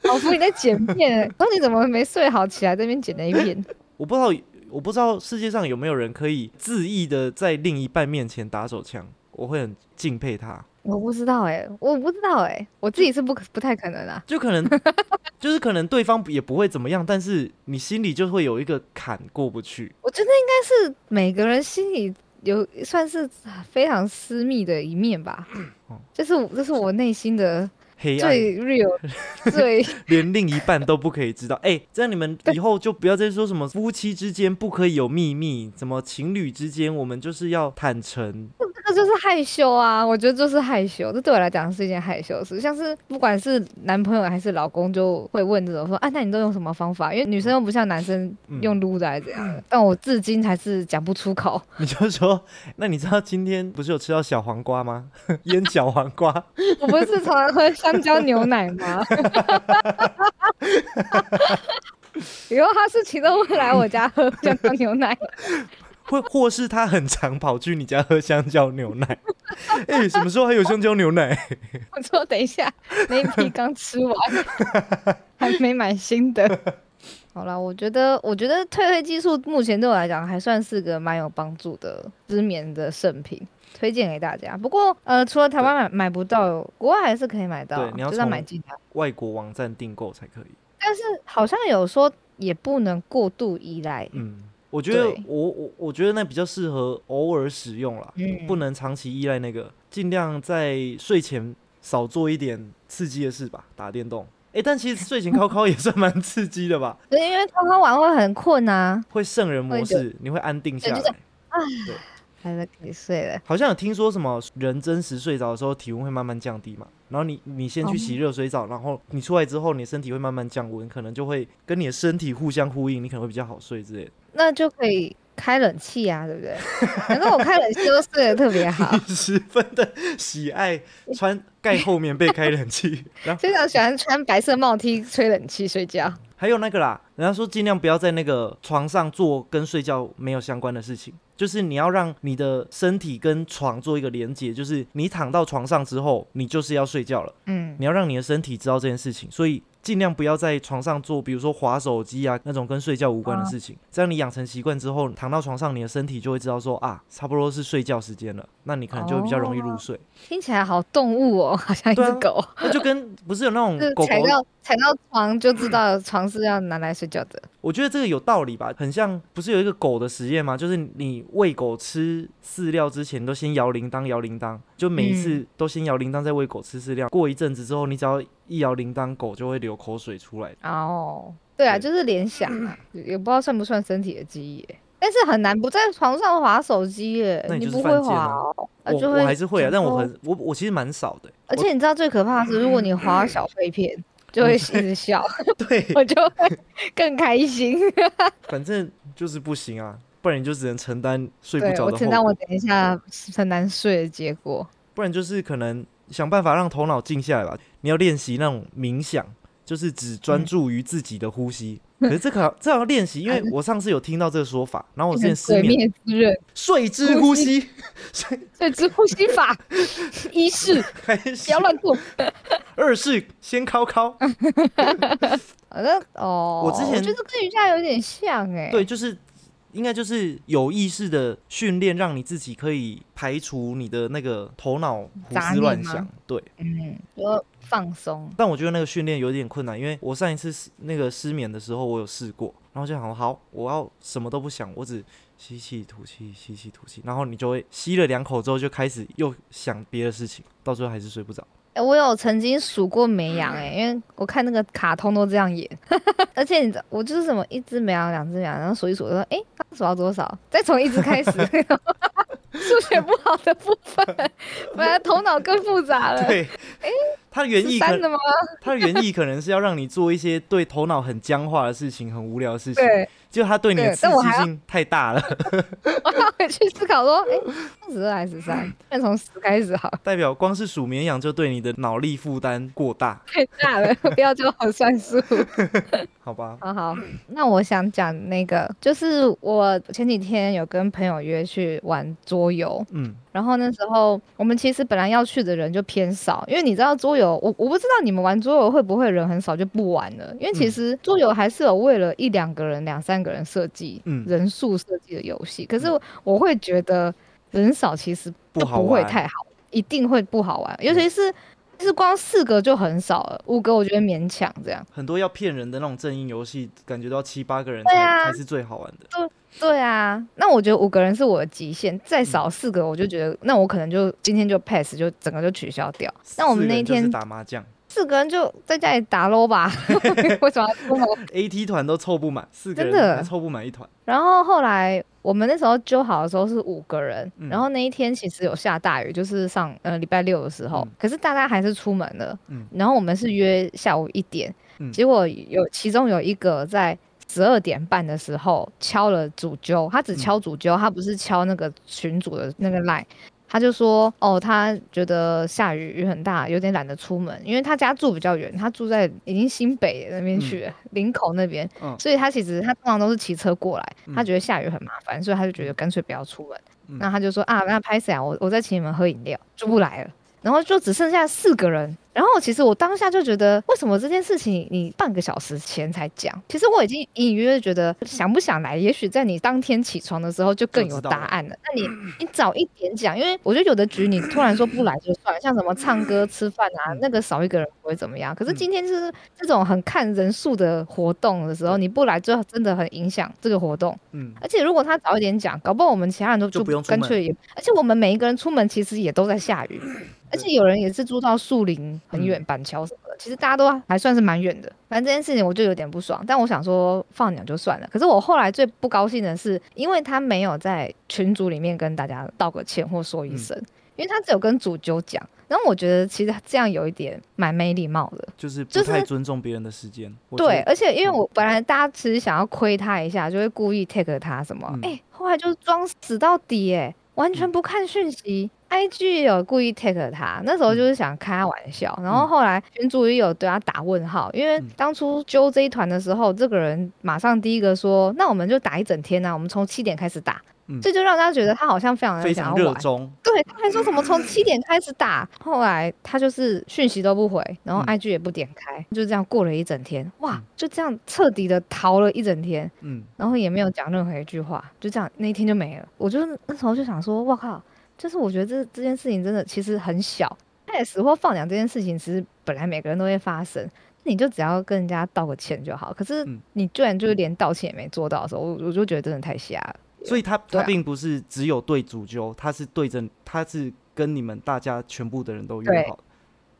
Speaker 1: 仿佛你在剪片。然后你怎么没睡好起来这边剪了一片？ [laughs]
Speaker 2: 我不知道，我不知道世界上有没有人可以恣意的在另一半面前打手枪。我会很敬佩他。
Speaker 1: 我不知道哎、我不知道哎、我自己是不可不太可能啊。
Speaker 2: 就可能
Speaker 1: [laughs]
Speaker 2: 就是可能对方也不会怎么样，但是你心里就会有一个坎过不去。
Speaker 1: 我觉得应该是每个人心里有算是非常私密的一面吧
Speaker 2: 哦，
Speaker 1: 就是我这是我内心的
Speaker 2: 黑暗
Speaker 1: 最 real 最
Speaker 2: 连另一半都不可以知道，哎、这样你们以后就不要再说什么夫妻之间不可以有秘密，怎么情侣之间我们就是要坦诚。 [laughs]
Speaker 1: 这个就是害羞啊，我觉得就是害羞，这对我来讲是一件害羞的事。像是不管是男朋友还是老公，就会问这种说，啊，那你都用什么方法？因为女生又不像男生
Speaker 2: 嗯
Speaker 1: 用撸的还是怎样的。但我至今还是讲不出口。 [laughs]
Speaker 2: 你就说，那你知道今天不是有吃到小黄瓜吗？ [laughs] 腌小黄瓜， [laughs]
Speaker 1: 我不是常常喝香蕉牛奶吗？ [laughs] 以后他事情都会来我家喝香蕉牛奶。
Speaker 2: 或或是他很常跑去你家喝香蕉牛奶。 [laughs] 哎、什么时候还有香蕉牛奶？ [laughs]
Speaker 1: 我说等一下，那一批刚吃完，还没买新的。
Speaker 2: [laughs]
Speaker 1: 好啦，我觉得，我觉得褪黑激素目前对我来讲还算是个蛮有帮助的失眠的圣品，推荐给大家。不过，呃，除了台湾买买不到，国外还是可以买到啊
Speaker 2: 对，你要
Speaker 1: 就是要
Speaker 2: 从
Speaker 1: 买进来。
Speaker 2: 外国网站订购才可以。
Speaker 1: 但是好像有说也不能过度依赖，
Speaker 2: 嗯，我觉得
Speaker 1: 对
Speaker 2: 我我我觉得那比较适合偶尔使用啦，
Speaker 1: 嗯
Speaker 2: 不能长期依赖那个，尽量在睡前少做一点刺激的事吧，打电动。哎、但其实睡前敲敲也算蛮刺激的吧，
Speaker 1: 对，因为刚刚玩会很困啊，
Speaker 2: 会圣人模
Speaker 1: 会的
Speaker 2: 式，你会安定
Speaker 1: 对
Speaker 2: 下
Speaker 1: 就
Speaker 2: 来。
Speaker 1: 还是可以睡了。
Speaker 2: 好像有听说什么人真实睡着的时候体温会慢慢降低嘛，然后你你先去洗
Speaker 1: 哦
Speaker 2: 热水澡，然后你出来之后，你身体会慢慢降温，可能就会跟你的身体互相呼应，你可能会比较好睡之类的。 [laughs]
Speaker 1: 那就可以开冷气啊，对不对？反正我开冷气都睡得特别好。
Speaker 2: 十分的喜爱穿盖厚棉被开冷气， [laughs] 然后
Speaker 1: 非常喜欢穿白色帽 T 吹冷气睡觉。
Speaker 2: 还有那个啦，人家说尽量不要在那个床上做跟睡觉没有相关的事情，就是你要让你的身体跟床做一个连接，就是你躺到床上之后，你就是要睡觉了，
Speaker 1: 嗯，
Speaker 2: 你要让你的身体知道这件事情，所以。尽量不要在床上做，比如说划手机啊那种跟睡觉无关的事
Speaker 1: 嗯
Speaker 2: 情。这样你养成习惯之后，躺到床上，你的身体就会知道说啊，差不多是睡觉时间了，那你可能就会比较容易
Speaker 1: 哦
Speaker 2: 入睡。
Speaker 1: 听起来好动物哦，好像一
Speaker 2: 对
Speaker 1: 只
Speaker 2: 啊
Speaker 1: 狗，
Speaker 2: 那就跟不是有那种
Speaker 1: 就是
Speaker 2: 啊狗
Speaker 1: 踩
Speaker 2: 狗，
Speaker 1: 到踩到床就知道床是要拿来睡觉的。
Speaker 2: 我觉得这个有道理吧，很像不是有一个狗的实验吗？就是你喂狗吃饲料之前，都先摇铃铛，摇铃铛，就每一
Speaker 1: 嗯
Speaker 2: 次都先摇铃铛，再喂狗吃饲料。过一阵子之后，你只要一摇铃铛，狗就会流口水出来。
Speaker 1: 哦，对啊，
Speaker 2: 对
Speaker 1: 就是联想啊，也不知道算不算身体的记忆耶。但是很难不在床上划手机耶，
Speaker 2: 那你
Speaker 1: 你
Speaker 2: 就
Speaker 1: 不
Speaker 2: 是
Speaker 1: 会
Speaker 2: 犯贱
Speaker 1: 划
Speaker 2: 啊
Speaker 1: 哦，呃
Speaker 2: 我
Speaker 1: 就
Speaker 2: 我还是会啊，
Speaker 1: 想
Speaker 2: 但我
Speaker 1: 说
Speaker 2: 很我我其实蛮
Speaker 1: [laughs]
Speaker 2: 少的、
Speaker 1: 而且你知道最可怕的是，如果你划小废
Speaker 2: [laughs]
Speaker 1: 片，就会一直笑，
Speaker 2: 我对，
Speaker 1: 我就会更开心。
Speaker 2: 反正就是不行啊，不然你就只能承担睡不
Speaker 1: 对
Speaker 2: 着
Speaker 1: 我
Speaker 2: 的
Speaker 1: 承
Speaker 2: 后
Speaker 1: 担我
Speaker 2: 果，
Speaker 1: 等一下很难睡的结果。
Speaker 2: 不然就是可能想办法让头脑静下来吧。你要练习那种冥想，就是只专注于自己的呼吸。
Speaker 1: 嗯
Speaker 2: 可是这个好这好像练习，因为我上次有听到这个说法，然后我之前
Speaker 1: [laughs]
Speaker 2: 失
Speaker 1: 鬼
Speaker 2: 眠，
Speaker 1: 灭之刃。
Speaker 2: 睡之呼吸，睡
Speaker 1: 对，之呼吸法，一是
Speaker 2: 还
Speaker 1: 不
Speaker 2: 是
Speaker 1: 要乱 [laughs] 做。
Speaker 2: 二是先敲敲，
Speaker 1: 反正哦，
Speaker 2: 我之前
Speaker 1: 觉得跟瑜伽有点像哎、
Speaker 2: 对，，就是应该就是有意识的训练，让你自己可以排除你的那个头脑胡
Speaker 1: 杂
Speaker 2: 思乱
Speaker 1: 念吗
Speaker 2: 想，对。
Speaker 1: 嗯，就放松。
Speaker 2: 但我觉得那个训练有点困难，因为我上一次失那个失眠的时候，我有试过，然后就想好，我要什么都不想，我只吸气吐气，吸气吐气，然后你就会吸了两口之后，就开始又想别的事情，到最后还是睡不着。
Speaker 1: 哎、我有曾经数过绵羊哎、因为我看那个卡通都这样演， [laughs] 而且你知道，我就是什么一只绵羊、两只绵羊，然后数一数，我说哎，刚、数到多少？再从一只开
Speaker 2: [laughs]
Speaker 1: 始。数学不好的部分，本来头脑更复杂了。
Speaker 2: 对，它的原
Speaker 1: 是
Speaker 2: 意可
Speaker 1: 三的吗？
Speaker 2: 它的原意可能是要让你做一些对头脑很僵化的事情，很无聊的事情，
Speaker 1: 对，
Speaker 2: 就它对你的
Speaker 1: 对
Speaker 2: 刺
Speaker 1: 但我
Speaker 2: 激
Speaker 1: 还要
Speaker 2: 性太大了，
Speaker 1: 我要回去思考说，哎、十二还是十三？那从十开始好了。
Speaker 2: 代表光是数绵羊就对你的脑力负担过大，
Speaker 1: 太大了，不要教我算数。
Speaker 2: 好吧？
Speaker 1: 好好，那我想讲那个，就是我前几天有跟朋友约去玩桌游，
Speaker 2: 嗯，
Speaker 1: 然后那时候我们其实本来要去的人就偏少，因为你知道桌游，我我不知道你们玩桌游会不会人很少就不玩了，因为其
Speaker 2: 嗯
Speaker 1: 实桌游还是有为了一两个人、两三个人设计
Speaker 2: 嗯
Speaker 1: 人数设计的游戏，可是
Speaker 2: 嗯
Speaker 1: 我会觉得。人少其实
Speaker 2: 不
Speaker 1: 就
Speaker 2: 好
Speaker 1: 不会
Speaker 2: 玩嗯
Speaker 1: 太好，一定会不好玩，尤其是。就是光四格就很少了，五格我觉得勉强这样。
Speaker 2: 很多要骗人的那种阵营游戏，感觉到七八个人
Speaker 1: 对
Speaker 2: 才、
Speaker 1: 啊
Speaker 2: 才是最好玩的。
Speaker 1: 对啊，那我觉得五个人是我的极限，再少
Speaker 2: 嗯
Speaker 1: 四个我就觉得，那我可能就今天就 pass，就整个就取消掉。那我们
Speaker 2: 四
Speaker 1: 那
Speaker 2: 个
Speaker 1: 一
Speaker 2: 人就是
Speaker 1: 天
Speaker 2: 打麻将
Speaker 1: 四个人就在家里打 LO
Speaker 2: [laughs]
Speaker 1: 吧，为什么要出门？
Speaker 2: ，AT 团都凑不满，四个
Speaker 1: 真
Speaker 2: 人
Speaker 1: 的
Speaker 2: 还凑不满一团。
Speaker 1: 然后后来我们那时候揪好的时候是五个人，
Speaker 2: 嗯
Speaker 1: 然后那一天其实有下大雨，就是上呃礼拜六的时候，
Speaker 2: 嗯
Speaker 1: 可是大家还是出门了。
Speaker 2: 嗯
Speaker 1: 然后我们是约下午一点，
Speaker 2: 嗯
Speaker 1: 结果有其中有一个在十二点半的时候敲了主揪，他
Speaker 2: 嗯
Speaker 1: 只敲主揪，他不是敲那个群主的那个 line。他就说：“哦，他觉得下雨雨很大，有点懒得出门，因为他家住比较远，他住在已经新北那边去了，林口那边，
Speaker 2: 嗯
Speaker 1: 所以他其实他通常都是骑车过来，
Speaker 2: 嗯
Speaker 1: 他觉得下雨很麻烦，所以他就觉得干脆不要出门。
Speaker 2: 嗯
Speaker 1: 那他就说啊，那拍谁啊？我我再请你们喝饮料，就不来了。然后就只剩下四个人。然后其实我当下就觉得，为什么这件事情你半个小时前才讲？其实我已经隐隐约约觉得，想不想来，也许在你当天起床的时候就更
Speaker 2: 就
Speaker 1: 有
Speaker 2: 知道
Speaker 1: 答
Speaker 2: 了
Speaker 1: 案了。
Speaker 2: [clears throat]
Speaker 1: 那你你早一点讲，因为我觉得有的局你突然说不来就算了，像什么唱歌、吃饭啊
Speaker 2: 嗯，
Speaker 1: 那个少一个人不会怎么样。可是
Speaker 2: 嗯
Speaker 1: 今天就是这种很看人数的活动的时候，
Speaker 2: 对
Speaker 1: 你不来就真的很影响这个活动。
Speaker 2: 嗯，
Speaker 1: 而且如果他早一点讲，搞不好我们其他人都
Speaker 2: 就不用出
Speaker 1: 干
Speaker 2: 门嗯
Speaker 1: 脆也，而且我们每一个人出门其实也都在下雨，而且有人也是住到树林很远、板桥什么的，其实大家都还算是蛮远的。反正这件事情我就有点不爽，但我想说放鸟就算了。可是我后来最不高兴的是，因为他没有在群组里面跟大家道个歉或说一声，
Speaker 2: 嗯
Speaker 1: 因为他只有跟主揪讲。然后我觉得其实这样有一点蛮没礼貌的。
Speaker 2: 就是不
Speaker 1: 就是
Speaker 2: 太尊重别人的时间。我觉
Speaker 1: 对，
Speaker 2: 得，
Speaker 1: 而且因为
Speaker 2: 嗯
Speaker 1: 我本来大家其实想要亏他一下，就会故意 take 他什么，哎、
Speaker 2: 嗯
Speaker 1: 后来就是装死到底、哎，完全不看讯息。IG 也有故意 take 他，那时
Speaker 2: 嗯
Speaker 1: 候就是想开他玩笑，然后后来群主也有对他打问号，因为
Speaker 2: 嗯
Speaker 1: 当初揪这一团的时候，这个人马上第一个说，那我们就打一整天啊，我们从七点开始打，
Speaker 2: 嗯
Speaker 1: 这就让大家觉得他好像非常
Speaker 2: 非
Speaker 1: 的
Speaker 2: 常
Speaker 1: 呃想要
Speaker 2: 热
Speaker 1: 玩，
Speaker 2: 衷，
Speaker 1: 对，他还说什么从七点开始打，后来他就是讯息都不回，然后
Speaker 2: 嗯
Speaker 1: IG 也不点开，就这样过了一整天，哇
Speaker 2: 嗯，
Speaker 1: 就这样彻底的逃了一整天，
Speaker 2: 嗯，
Speaker 1: 然后也没有讲任何一句话，就这样那一天就没了。我就那时候就想说，哇靠，就是我觉得这这件事情真的其实很小，开始或放养这件事情，其实本来每个人都会发生。你就只要跟人家道个歉就好，可是
Speaker 2: 嗯
Speaker 1: 你居然就是连道歉也没做到的时候，我我就觉得真的太瞎了。
Speaker 2: 所以他
Speaker 1: 对
Speaker 2: 他
Speaker 1: 啊
Speaker 2: 并不是只有对主揪，他是对着他是跟你们大家全部的人都约
Speaker 1: 对
Speaker 2: 好，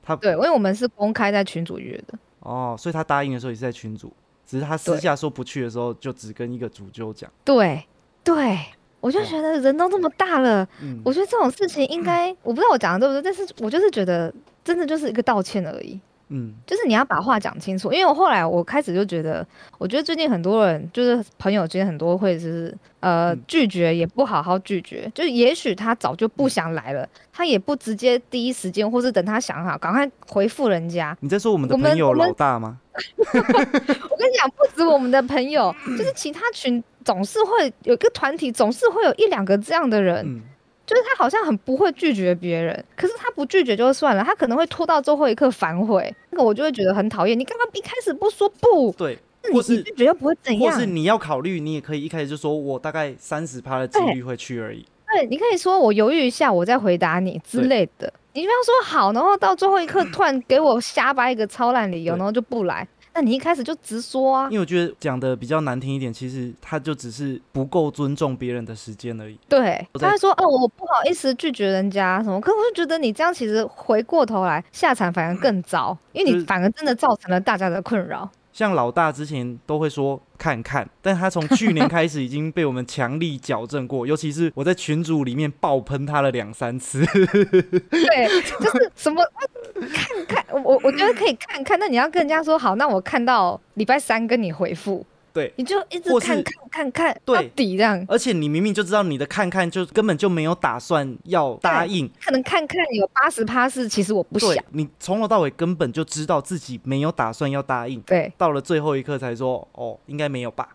Speaker 2: 他
Speaker 1: 对，因为我们是公开在群主约的，
Speaker 2: 哦，所以他答应的时候也是在群组，只是他私
Speaker 1: 对
Speaker 2: 下说不去的时候，就只跟一个主揪讲。
Speaker 1: 对对，我就
Speaker 2: 哇
Speaker 1: 觉得人都这么大了，
Speaker 2: 嗯，
Speaker 1: 我觉得这种事情应该，我不知道我讲的对不对，但是我就是觉得真的就是一个道歉而已。
Speaker 2: 嗯
Speaker 1: 就是你要把话讲清楚，因为我后来我开始就觉得，我觉得最近很多人就是朋友之间很多会就是呃、
Speaker 2: 嗯
Speaker 1: 拒绝也不好好拒绝，就也许他早就不想来了，他也不直接第一时间或是等他想好赶快回复人家，
Speaker 2: 你在说我们的
Speaker 1: 我们
Speaker 2: 朋友
Speaker 1: 我们
Speaker 2: 老大吗？
Speaker 1: 我跟你讲，不止我们的朋友，就是其他群总是会有一个团体，总是会有一两个这样的人，
Speaker 2: 嗯，
Speaker 1: 就是他好像很不会拒绝别人，可是他不拒绝就算了，他可能会拖到最后一刻反悔，那个我就会觉得很讨厌。你刚刚一开始不说不，
Speaker 2: 对，
Speaker 1: 那
Speaker 2: 或
Speaker 1: 你
Speaker 2: 是
Speaker 1: 你拒绝又不会怎
Speaker 2: 或
Speaker 1: 样
Speaker 2: 是。你要考虑，你也可以一开始就说我大概三十趴的几率会去而已。
Speaker 1: 对，你可以说我犹豫一下，我再回答你之类的。你不要说好，然后到最后一刻突然给我瞎掰一个超烂理由，
Speaker 2: 对
Speaker 1: 然后就不来。那你一开始就直说啊
Speaker 2: 因，为我觉得讲的比较难听一点，其实他就只是不够尊重别人的时间而已。
Speaker 1: 对，
Speaker 2: 我
Speaker 1: 他
Speaker 2: 在
Speaker 1: 会说哦，我不好意思拒绝人家什么，可我就觉得你这样其实回过头来下场反而更糟，因为
Speaker 2: 嗯就
Speaker 1: 你
Speaker 2: 是
Speaker 1: 反而真的造成了大家的困扰。
Speaker 2: 像老大之前都会说看看，但他从去年开始已经被我们强力矫正过，尤其是我在群组里面爆喷他了两三次。 [laughs]
Speaker 1: 对，就是什么看看，我我觉得可以看看，那你要跟人家说好，那我看到礼拜三跟你回复，
Speaker 2: 对，
Speaker 1: 你就一直
Speaker 2: 或是
Speaker 1: 看看看看
Speaker 2: 对
Speaker 1: 到底这样，
Speaker 2: 而且你明明就知道你的看看就根本就没有打算要答应，
Speaker 1: 可能看看有八十趴是其实我不想，
Speaker 2: 对你从头到尾根本就知道自己没有打算要答应，
Speaker 1: 对
Speaker 2: 到了最后一刻才说哦，应该没有
Speaker 1: [laughs]
Speaker 2: 吧？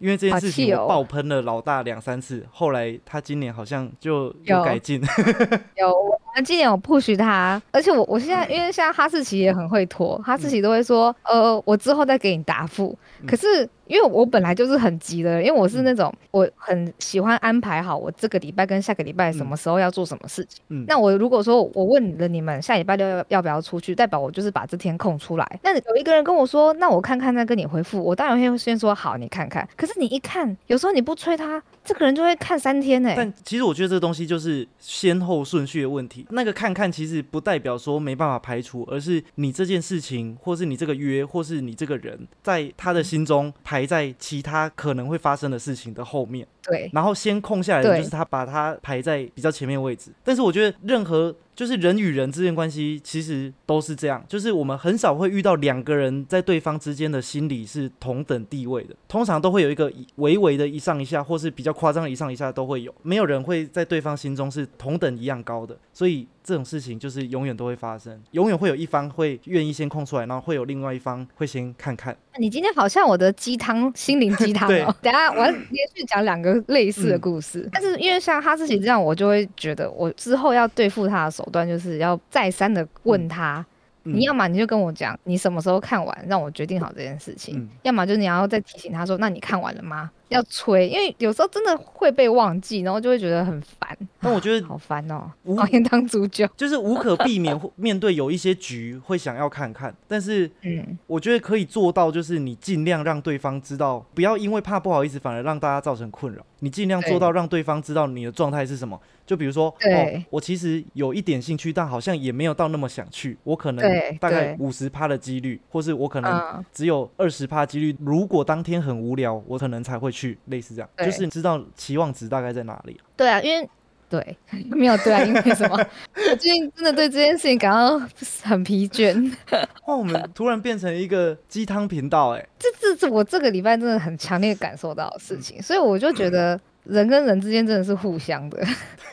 Speaker 2: 因为这件事
Speaker 1: 好气
Speaker 2: 情
Speaker 1: 哦
Speaker 2: 我爆喷了老大两三次，后来他今年好像就有
Speaker 1: 有
Speaker 2: 改进， [laughs]
Speaker 1: 有，我们今年有 push 他，而且我我现在
Speaker 2: 嗯
Speaker 1: 因为现在哈士奇也很会拖，哈士奇都会说，呃，我之后再给你答复。
Speaker 2: 嗯
Speaker 1: 可是因为我本来就是很急的人，因为我是那种、我很喜欢安排好我这个礼拜跟下个礼拜什么时候要做什么事情。
Speaker 2: 嗯
Speaker 1: 那我如果说我问了你们下礼拜六要要不要出去，代表我就是把这天空出来。那有一个人跟我说，那我看看再跟你回复，我当然会先说好，你看看。可是你一看，有时候你不催他，这个人就会看三天呢、
Speaker 2: 但其实我觉得这东西就是先后顺序的问题。那个看看其实不代表说没办法排除，而是你这件事情，或是你这个约，或是你这个人，在他的心中排在其他可能会发生的事情的后面。
Speaker 1: 对，
Speaker 2: 然后先空下来的
Speaker 1: 对
Speaker 2: 就是他把它排在比较前面的位置。但是我觉得任何就是人与人之间关系其实都是这样，就是我们很少会遇到两个人在对方之间的心理是同等地位的，通常都会有一个微微的一上一下，或是比较夸张的一上一下都会有，没有人会在对方心中是同等一样高的，所以。这种事情就是永远都会发生，永远会有一方会愿意先空出来，然后会有另外一方会先看看。
Speaker 1: 你今天好像我的鸡汤心灵鸡汤
Speaker 2: 对
Speaker 1: 哦。等一下我要连续讲两个类似的
Speaker 2: 嗯
Speaker 1: 故事，但是因为像哈士奇这样，我就会觉得我之后要对付他的手段就是要再三的问他，
Speaker 2: 嗯
Speaker 1: 你要么你就跟我讲你什么时候看完，让我决定好这件事情；
Speaker 2: 嗯
Speaker 1: 要么就是你要再提醒他说，那你看完了吗？要催，因为有时候真的会被忘记，然后就会觉得很烦。
Speaker 2: 但我觉
Speaker 1: [laughs]
Speaker 2: 得
Speaker 1: 好烦哦，
Speaker 2: 无
Speaker 1: 讨厌当主角。
Speaker 2: 就是无可避免会 [laughs] 面对有一些局会想要看看，但是
Speaker 1: 嗯，
Speaker 2: 我觉得可以做到，就是你尽量让对方知道，不要因为怕不好意思，反而让大家造成困扰。你尽量做到让对方知道你的状态是什么。就比如说，哦
Speaker 1: 对，
Speaker 2: 我其实有一点兴趣，但好像也没有到那么想去，我可能
Speaker 1: 对
Speaker 2: 大概
Speaker 1: 对
Speaker 2: 五十趴的几率，或是我可能
Speaker 1: 嗯，
Speaker 2: 只有二十趴几率，如果当天很无聊，我可能才会去，类似这样，
Speaker 1: 对
Speaker 2: 就是知道期望值大概在哪里。
Speaker 1: 对啊，因为对 [laughs] 没有对啊，因为什么？ [laughs] 我最近真的对这件事情感到很疲倦。 [laughs]
Speaker 2: 哇，我们突然变成一个鸡汤频道、哎。
Speaker 1: 这这这，我这个礼拜真的很强烈感受到的事
Speaker 2: 嗯
Speaker 1: 情，所以我就觉得人跟人之间真的是互相的，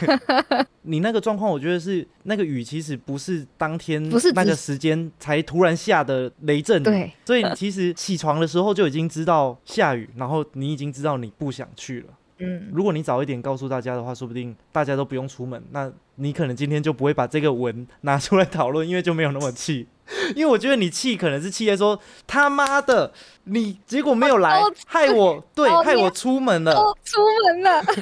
Speaker 2: 嗯你那个状况，我觉得是那个雨其实不是当天
Speaker 1: 不是
Speaker 2: 那
Speaker 1: 只
Speaker 2: 个时间才突然下的雷阵
Speaker 1: [laughs]
Speaker 2: 雨，
Speaker 1: 对，
Speaker 2: 所以你其实起床的时候就已经知道下雨，然后你已经知道你不想去了。
Speaker 1: 嗯。
Speaker 2: 如果你早一点告诉大家的话，说不定大家都不用出门，那你可能今天就不会把这个文拿出来讨论，因为就没有那么
Speaker 1: [laughs]
Speaker 2: 气。因为我觉得你气可能是气在说他妈的，你结果没有来
Speaker 1: 我都，
Speaker 2: 害我对
Speaker 1: 哦，
Speaker 2: 害
Speaker 1: 你
Speaker 2: 我
Speaker 1: 要
Speaker 2: 出门了。
Speaker 1: 哦，出门了，哎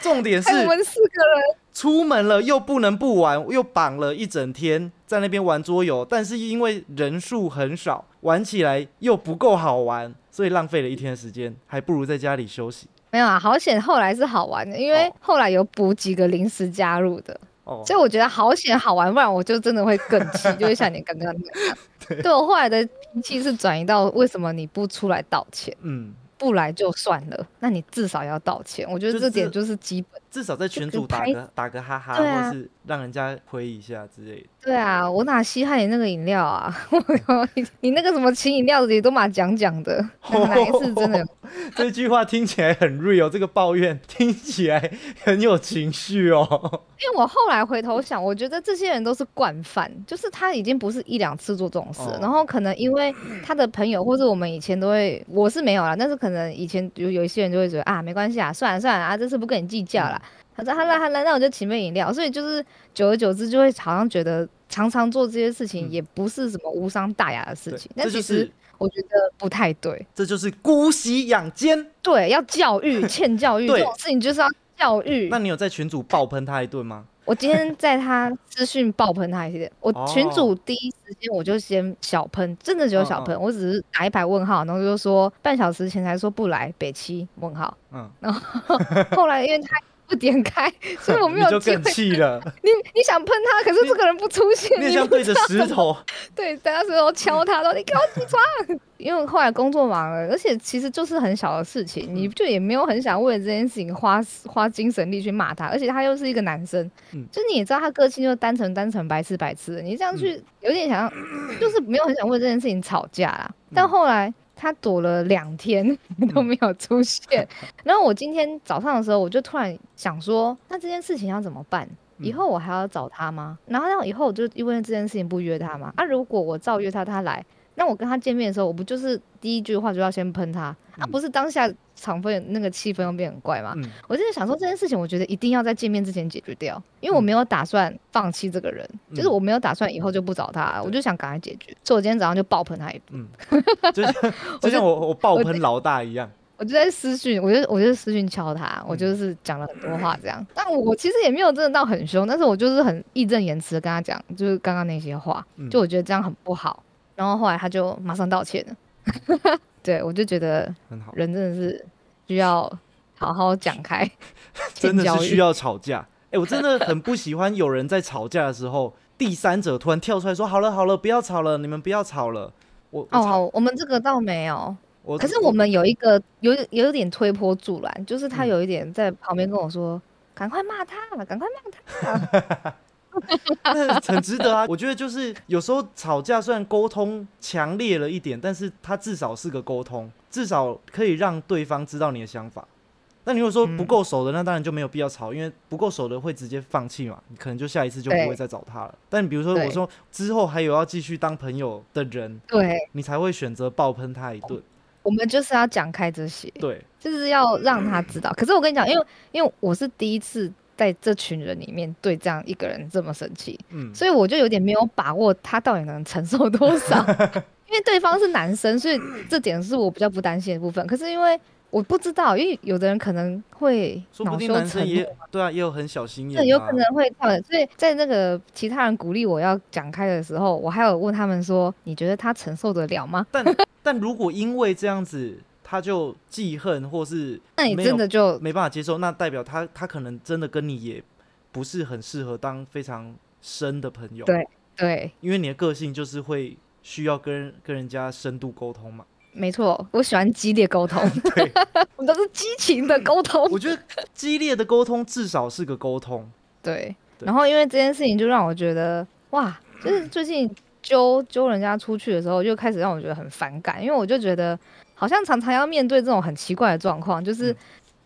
Speaker 2: 重点是
Speaker 1: 还有我们四个人，
Speaker 2: 出门了又不能不玩，又绑了一整天在那边玩桌游，但是因为人数很少，玩起来又不够好玩，所以浪费了一天的时间，还不如在家里休息。
Speaker 1: 没有啊，好险！后来是好玩的，因为
Speaker 2: 哦
Speaker 1: 后来有补几个临时加入的，
Speaker 2: 哦，
Speaker 1: 所以我觉得好险好玩，不然我就真的会更气，就会像你刚刚那
Speaker 2: [laughs]
Speaker 1: 样。对我后来的脾气是转移到为什么你不出来道歉？
Speaker 2: 嗯，
Speaker 1: 不来就算了，那你至少要道歉。我觉得
Speaker 2: 就是
Speaker 1: 这点就是基本。
Speaker 2: 至少在群
Speaker 1: 这
Speaker 2: 组
Speaker 1: 个
Speaker 2: 打
Speaker 1: 拍
Speaker 2: 个打个哈哈，
Speaker 1: 对啊
Speaker 2: 或是让人家回忆一下之类的。
Speaker 1: 对啊，我哪稀罕你那个饮料啊？ [laughs] 我你你那个什么请饮料的也都嘛讲讲
Speaker 2: [laughs]
Speaker 1: 的，
Speaker 2: 哦
Speaker 1: 哪一次真的有？
Speaker 2: 这句话听起来很 real，这个抱怨听起来很有情绪
Speaker 1: [laughs]
Speaker 2: 哦。
Speaker 1: 因为我后来回
Speaker 2: 嗯
Speaker 1: 头想，我觉得这些人都是惯犯，就是他已经不是一两次做这种事，
Speaker 2: 哦
Speaker 1: 然后可能因为他的朋友或者我们以前都会，我是没有啦，但是可能以前有有一些人就会觉得啊，没关系啊，算了算了啊，这次不跟你计较啦。
Speaker 2: 嗯
Speaker 1: 他说好啦好啦，那我就请杯饮料，所以就是久而久之就会好像觉得常常做这些事情
Speaker 2: 嗯
Speaker 1: 也不是什么无伤大雅的事
Speaker 2: 对
Speaker 1: 情，，但
Speaker 2: 这
Speaker 1: 其
Speaker 2: 就是
Speaker 1: 实我觉得不太对，
Speaker 2: 这就是姑息养奸。
Speaker 1: 对，要教
Speaker 2: [laughs]
Speaker 1: 育，欠教育
Speaker 2: 对
Speaker 1: 这种事情就是要教
Speaker 2: [laughs]
Speaker 1: 育。
Speaker 2: 那你有在群组爆喷他一顿吗？
Speaker 1: 我今天在他私讯爆喷他一点，我
Speaker 2: 哦
Speaker 1: 群主第一时间我就先小喷，真的只有小
Speaker 2: 嗯
Speaker 1: 喷，我只是打一排问号，然后就说半小时前才说不来北七问号，
Speaker 2: 嗯，
Speaker 1: 后来因为他不点开，所以
Speaker 2: [laughs]
Speaker 1: 我没有
Speaker 2: 你就
Speaker 1: 机
Speaker 2: 更
Speaker 1: 会。
Speaker 2: 气了，
Speaker 1: 你你想喷他，可是这个人不出现，
Speaker 2: 你也
Speaker 1: [laughs] 你
Speaker 2: 像对着石头。
Speaker 1: 对，大家所有敲他说你给我起床， [laughs] 因为后来工作忙了，而且其实就是很小的事情，
Speaker 2: 嗯
Speaker 1: 你就也没有很想为了这件事情花花精神力去骂他，而且他又是一个男生，
Speaker 2: 嗯
Speaker 1: 就是你也知道他个性就单纯单纯白痴白痴的，你这样去有点想要，就是没有很想为这件事情吵架啦。
Speaker 2: 嗯
Speaker 1: 但后来他躲了两天都没有出
Speaker 2: [laughs]
Speaker 1: 现，然后我今天早上的时候，我就突然想说，那这件事情要怎么办？以
Speaker 2: 嗯
Speaker 1: 后我还要找他吗？然后那以后我就因为这件事情不约他嘛。啊，如果我照约他，他来，那我跟他见面的时候，我不就是第一句话就要先喷他啊？
Speaker 2: 嗯
Speaker 1: 不是当下场氛那个气氛要变很怪吗？
Speaker 2: 嗯
Speaker 1: 我就是想说这件事情，我觉得一定要在见面之前解决掉，因为我
Speaker 2: 嗯
Speaker 1: 没有打算放弃这个人，就是
Speaker 2: 嗯
Speaker 1: 我没有打算以后就不找他了，我就想赶快解决，所以我今天早上就爆喷他一顿，
Speaker 2: 嗯，
Speaker 1: [laughs]
Speaker 2: 就像就
Speaker 1: 就
Speaker 2: 像我我爆
Speaker 1: 我
Speaker 2: 喷老大一样，
Speaker 1: 我就在私讯，我就我就私讯敲他，我
Speaker 2: 嗯
Speaker 1: 就是讲了很多话这样，但我其实也没有真的到很凶，但是我就是很义正言辞的跟他讲，就是刚刚那些话，
Speaker 2: 嗯
Speaker 1: 就我觉得这样很不好，然后后来他就马上道歉了， [laughs] 对我就觉得
Speaker 2: 很好，
Speaker 1: 人真的是需要好好讲开，
Speaker 2: [laughs]
Speaker 1: [laughs]
Speaker 2: 真的
Speaker 1: 欠教
Speaker 2: 是
Speaker 1: 育
Speaker 2: 需要吵架。哎、我真的很不喜欢有人在吵架的时候，第三者突然跳出来说：“好了好了，不要吵了，你们不要吵了。我”我吵
Speaker 1: 哦，我们这个倒没有，
Speaker 2: 我
Speaker 1: 可是我们有一个有有点推波助澜，就是他
Speaker 2: 嗯
Speaker 1: 有一点在旁边跟我说：“赶快骂他了，赶快骂他。
Speaker 2: [laughs] 那很值得啊！我觉得就是有时候吵架虽然沟通强烈了一点，但是它至少是个沟通，至少可以让对方知道你的想法。那你如果说
Speaker 1: 嗯
Speaker 2: 不够熟的，那当然就没有必要吵，因为不够熟的会直接放弃嘛，你可能就下一次就不会
Speaker 1: 对
Speaker 2: 再找他了。但比如说
Speaker 1: 对
Speaker 2: 我说之后还有要继续当朋友的人，
Speaker 1: 对”
Speaker 2: 你才会选择爆喷他一顿。
Speaker 1: 我们就是要讲开这些，
Speaker 2: 对，
Speaker 1: 就是要让他知道。可是我跟你讲，因为因为我是第一次在这群人里面对这样一个人这么生气，
Speaker 2: 嗯，
Speaker 1: 所以我就有点没有把握他到底能承受多
Speaker 2: [laughs]
Speaker 1: 少。因为对方是男生，所以这点是我比较不担心的部分。可是因为我不知道，因为有的人可能会
Speaker 2: 说
Speaker 1: 恼
Speaker 2: 不定
Speaker 1: 羞
Speaker 2: 男生
Speaker 1: 成怒
Speaker 2: 也。对啊，也有很小心眼、啊，
Speaker 1: 这有可能会跳的，所以在那个其他人鼓励我要讲开的时候，我还有问他们说：“你觉得他承受得了吗
Speaker 2: 但但如果因为这样子，他就记恨或是？”
Speaker 1: 那你
Speaker 2: 没
Speaker 1: 真
Speaker 2: 有
Speaker 1: 的就
Speaker 2: 没办法接受，那代表他他可能真的跟你也不是很适合当非常深的朋友，
Speaker 1: 对对，
Speaker 2: 因为你的个性就是会需要跟跟人家深度沟
Speaker 1: [laughs]
Speaker 2: 通嘛。
Speaker 1: 没错，我喜欢激烈沟通， [laughs]
Speaker 2: 对，
Speaker 1: 我都是激情的沟通。
Speaker 2: 我觉得激烈的沟通至少是个沟通，
Speaker 1: 对，
Speaker 2: 对
Speaker 1: 然后因为这件事情就让我觉得哇，
Speaker 2: [clears throat]
Speaker 1: 就是最近揪揪人家出去的时候，就开始让我觉得很反感，因为我就觉得好像常常要面对这种很奇怪的状况，就是
Speaker 2: 嗯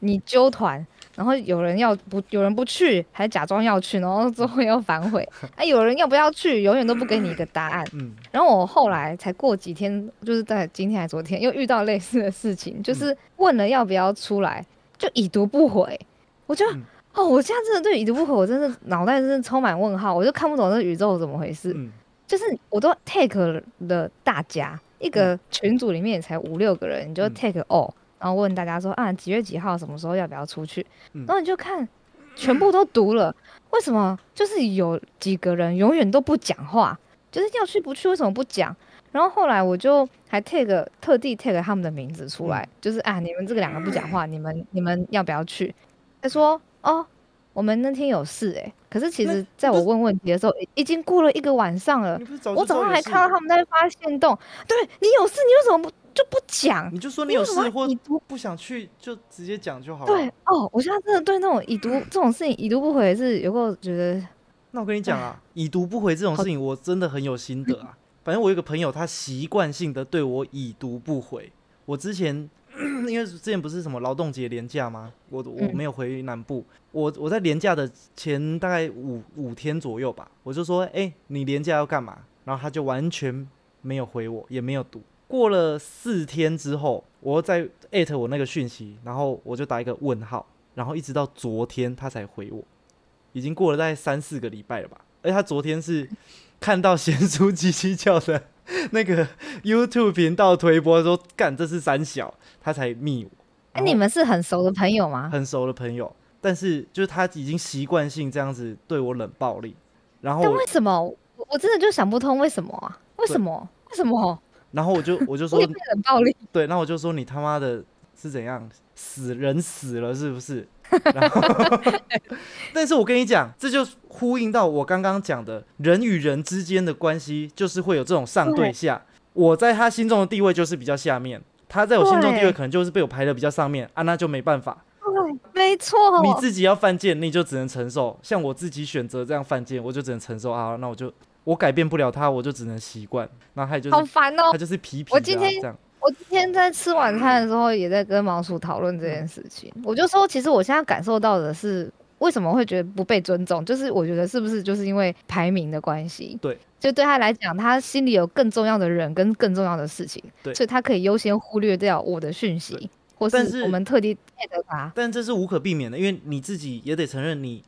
Speaker 1: 你揪团。然后有人要不有人不去，还假装要去，然后最后又反
Speaker 2: [laughs]
Speaker 1: 悔。哎，有人要不要去，永远都不给你一个答案。
Speaker 2: 嗯
Speaker 1: 然后我后来才过几天，就是在今天还昨天又遇到类似的事情，就是问了要不要出来，就已读不回，我就、
Speaker 2: 嗯
Speaker 1: 哦，我现在真的对已读不回，我真的脑袋真的充满问号，我就看不懂这宇宙怎么回事，
Speaker 2: 嗯，
Speaker 1: 就是我都 take 了大家一个群组里面也才五六个人，你就
Speaker 2: 嗯
Speaker 1: take all，、然后问大家说啊几月几号什么时候要不要出去，
Speaker 2: 嗯
Speaker 1: 然后你就看全部都读了，为什么就是有几个人永远都不讲话，就是要去不去为什么不讲？然后后来我就还 take 特地 take 他们的名字出来，
Speaker 2: 嗯
Speaker 1: 就是啊你们这个两个不讲话，你们你们要不要去？他说哦。我们那天有事哎、可是其
Speaker 2: 那
Speaker 1: 实在我问问题的时候，已已经过了一个晚上了
Speaker 2: 你。不是早就
Speaker 1: 我
Speaker 2: 知道
Speaker 1: 早上
Speaker 2: 有
Speaker 1: 还
Speaker 2: 事
Speaker 1: 看到他们在发现动，对你有事，你为什么不就不讲？
Speaker 2: 你就说你有
Speaker 1: 为什么
Speaker 2: 事或哦
Speaker 1: 已读？
Speaker 2: 不想去就直接讲就好了。
Speaker 1: 对，哦，我现在真的对那种已读这种事情已读不回是有够觉得
Speaker 2: 那我跟你讲啊，已读不回这种事情，我真的很有心得啊。反正我有一个朋友，他习惯性的对我已读不回。我之前 [clears throat] 因为之前不是什么劳动节连假吗？我我
Speaker 1: 嗯
Speaker 2: 没有回南部，我我在连假的前大概五五天左右吧，我就说，哎、你连假要干嘛？然后他就完全没有回我，也没有读。过了四天之后，我又再艾特我那个讯息，然后我就打一个问号，然后一直到昨天他才回我，已经过了大概三四个礼拜了吧。而且他昨天是看到贤叔鸡鸡叫的那个 [laughs] YouTube 频道推播说，干这是三小，他才密我。
Speaker 1: 哎、
Speaker 2: 然后
Speaker 1: 你们是很熟的朋友吗？
Speaker 2: 很熟的朋友，但是就是他已经习惯性这样子对我冷暴力，然后
Speaker 1: 但
Speaker 2: 我
Speaker 1: 为什么我我真的就想不通为什么啊？为
Speaker 2: 对
Speaker 1: 什么？为什么？
Speaker 2: 然后我就我就
Speaker 1: 我
Speaker 2: 说
Speaker 1: 也被冷暴力，
Speaker 2: 对，那我就说你他妈的是怎样死人死了是不是？然后，但是我跟你讲，这就呼应到我刚刚讲的，人与人之间的关系就是会有这种上对
Speaker 1: 对
Speaker 2: 下。我在他心中的地位就是比较下面，他在我心中的地位
Speaker 1: 对
Speaker 2: 可能就是被我排的比较上面啊，那就没办法，
Speaker 1: 没错，
Speaker 2: 你自己要犯贱，你就只能承受。像我自己选择这样犯贱，我就只能承受啊，那我就我改变不了他，我就只能习惯。然后还有就是、
Speaker 1: 好烦哦、
Speaker 2: 他就是皮皮的、啊、
Speaker 1: 我今天
Speaker 2: 这样，
Speaker 1: 我今天在吃晚餐的时候，也在跟毛叔讨论这件事情。我就说，其实我现在感受到的是，为什么会觉得不被尊重？就是我觉得是不是就是因为排名的关系？
Speaker 2: 对，
Speaker 1: 就对他来讲，他心里有更重要的人跟更重要的事情，
Speaker 2: 对
Speaker 1: 所以他可以优先忽略掉我的讯息
Speaker 2: 对，
Speaker 1: 或
Speaker 2: 但是
Speaker 1: 我们特地 at 他。
Speaker 2: 但这是无可避免的，因为你自己也得承认你，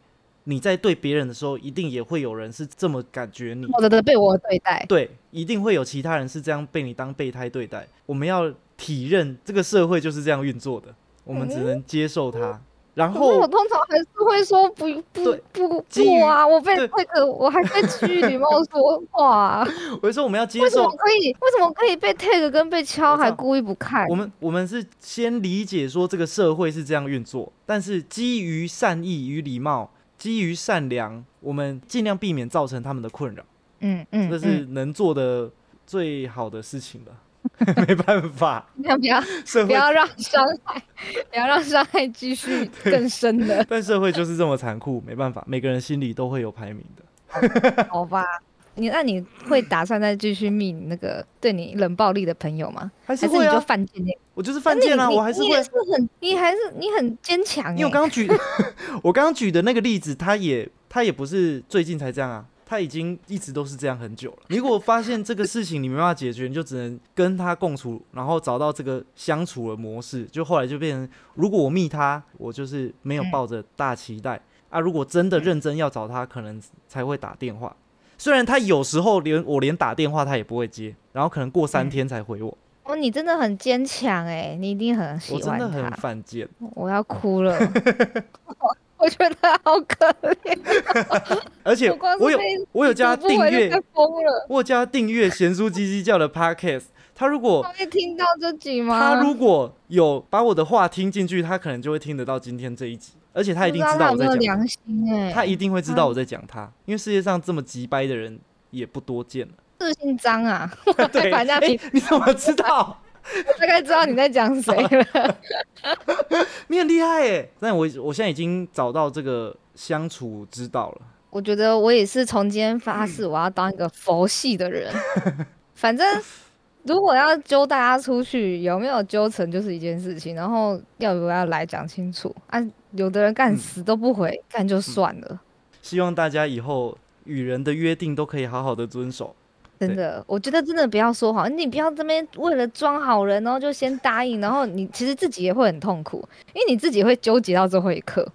Speaker 2: 你在对别人的时候，一定也会有人是这么感觉你，
Speaker 1: 或者的被我对待，
Speaker 2: 对，一定会有其他人是这样被你当备胎对待。我们要体认这个社会就是这样运作的，我们只能接受它。然
Speaker 1: 嗯可是我
Speaker 2: 后，
Speaker 1: 通常还是会说不不
Speaker 2: 对
Speaker 1: 不
Speaker 2: 基于
Speaker 1: 不啊！我被
Speaker 2: 对
Speaker 1: 那个我还
Speaker 2: [laughs]
Speaker 1: 在区域里面我说话、
Speaker 2: 我就说我们要接
Speaker 1: 为什么
Speaker 2: 受，
Speaker 1: 可以为什么可以被 tag 跟被敲
Speaker 2: 我知道
Speaker 1: 还故意不看？
Speaker 2: 我们我们是先理解说这个社会是这样运作，但是基于善意与礼貌，基于善良，我们尽量避免造成他们的困扰。
Speaker 1: 嗯嗯，
Speaker 2: 这
Speaker 1: 嗯
Speaker 2: 是能做的最好的事情了。 [laughs] 没办法，
Speaker 1: 那 [laughs] 不要
Speaker 2: 社
Speaker 1: 不
Speaker 2: 会，
Speaker 1: 要让伤害，不要让伤害继续更深的，
Speaker 2: 但社会就是这么残酷，没办法，每个人心里都会有排名的。
Speaker 1: [laughs] 好吧？你那你会打算再继续密那个对你冷暴力的朋友吗？
Speaker 2: 还
Speaker 1: 还
Speaker 2: 是
Speaker 1: 是你
Speaker 2: 会
Speaker 1: 就
Speaker 2: 啊，
Speaker 1: 犯贱那个？
Speaker 2: 我就是犯贱啊，
Speaker 1: 你你
Speaker 2: 我还是
Speaker 1: 你
Speaker 2: 会
Speaker 1: 也
Speaker 2: 啊。
Speaker 1: 是很，你还是你很坚强、欸。
Speaker 2: 因为我刚刚举， [laughs] 我刚刚举的那个例子，他也他也不是最近才这样啊，他已经一直都是这样很久了。如果发现这个事情你没办法解决，你就只能跟他共处，然后找到这个相处的模式。就后来就变成，如果我密他，我就是
Speaker 1: 嗯
Speaker 2: 没有抱着大期待、啊。如果真的认真要找他，可能才会打电话。虽然他有时候连我连打电话他也不会接，然后可能过三
Speaker 1: 嗯
Speaker 2: 天才回我，
Speaker 1: 哦，你真的很坚强哎，你一定很喜
Speaker 2: 我真
Speaker 1: 欢
Speaker 2: 的很
Speaker 1: 他。
Speaker 2: 犯贱。
Speaker 1: 我要哭
Speaker 2: [laughs]
Speaker 1: 了，我觉得好可怜。
Speaker 2: 而且
Speaker 1: 我光是
Speaker 2: 我有
Speaker 1: 被
Speaker 2: 我有加
Speaker 1: 读不
Speaker 2: 订
Speaker 1: 回
Speaker 2: 阅
Speaker 1: 就快疯了。
Speaker 2: 我叫他订阅贤叔鸡鸡叫的 podcast，他如果
Speaker 1: 他会听到这集吗？
Speaker 2: 他如果有把我的话听进去，他可能就会听得到今天这一集，而且他一定
Speaker 1: 不
Speaker 2: 知
Speaker 1: 知道有
Speaker 2: 道我
Speaker 1: 没
Speaker 2: 在
Speaker 1: 有
Speaker 2: 讲，
Speaker 1: 良心哎、
Speaker 2: 他一定会知道我在讲他，因为世界上这么急掰的人也不多
Speaker 1: [laughs]
Speaker 2: 见了。 [laughs]
Speaker 1: 自姓张啊，
Speaker 2: 对，
Speaker 1: 把人家评
Speaker 2: 诶你怎么知道？
Speaker 1: 我大概知道你在讲谁了。
Speaker 2: 你很厉害耶！但我我现在已经找到这个相处之道了。
Speaker 1: 我觉得我也是从今天发
Speaker 2: 嗯
Speaker 1: 誓，我要当一个佛系的
Speaker 2: [laughs]
Speaker 1: 人。反正如果要揪大家出去，有没有揪成就是一件事情，然后要不要来讲清楚啊？有的人
Speaker 2: 嗯
Speaker 1: 干死都不回，干就算了。
Speaker 2: 希望大家以后与人的约定都可以好好的遵守。
Speaker 1: 真的，我觉得真的不要说谎，你不要这边为了装好人，然后就先答应，然后你其实自己也会很痛苦，因为你自己会纠结到最后一刻，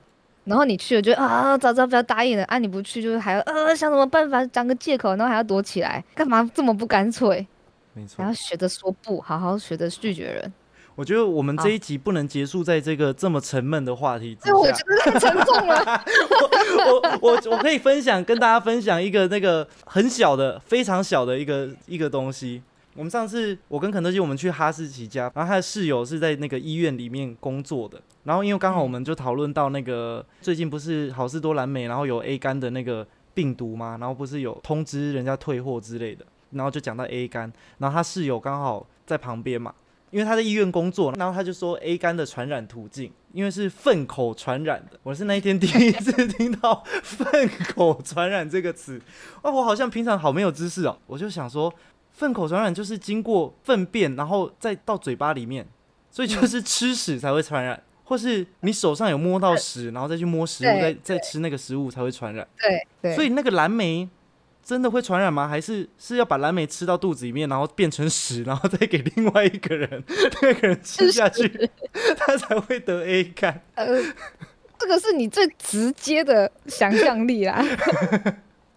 Speaker 1: 然后你去了就啊，早知道不要答应了，啊你不去就是还要呃想什么办法讲个借口，然后还要躲起来，干嘛这么不干脆？
Speaker 2: 没错
Speaker 1: 还要，学着说不，好好学着拒绝人。
Speaker 2: 我觉得我们这一集不能结束在这个这么沉闷的话题之
Speaker 1: 所哎以我
Speaker 2: 下
Speaker 1: 觉。得太沉重啊
Speaker 2: [laughs]
Speaker 1: 了，
Speaker 2: 我我我可以分享跟大家分享一个那个很小的、非常小的一个一个东西。我们上次我跟肯德基我们去哈士奇家，然后他的室友是在那个医院里面工作的。然后因为刚好我们就讨论到那个最近不是好事多蓝莓，然后有 A 肝的那个病毒嘛，然后不是有通知人家退货之类的，然后就讲到 A 肝，然后他室友刚好在旁边嘛，因为他在医院工作，然后他就说 A 肝的传染途径，因为是粪口传染的。我是那一天第一次听到“粪口传染”这个词，哦，我好像平常好没有知识哦。我就想说，粪口传染就是经过粪便，然后再到嘴巴里面，所以就是吃屎才会传染，或是你手上有摸到屎，然后再去摸食物，再
Speaker 1: 对
Speaker 2: 再吃那个食物才会传染。
Speaker 1: 对对，
Speaker 2: 所以那个蓝莓真的会传染吗？还是是要把蓝莓吃到肚子里面，然后变成屎，然后再给另外一个人， [laughs] 那个人吃
Speaker 1: [laughs]
Speaker 2: 下去，他才会得 A 肝？
Speaker 1: 呃，这个是你最直接的想象力啦。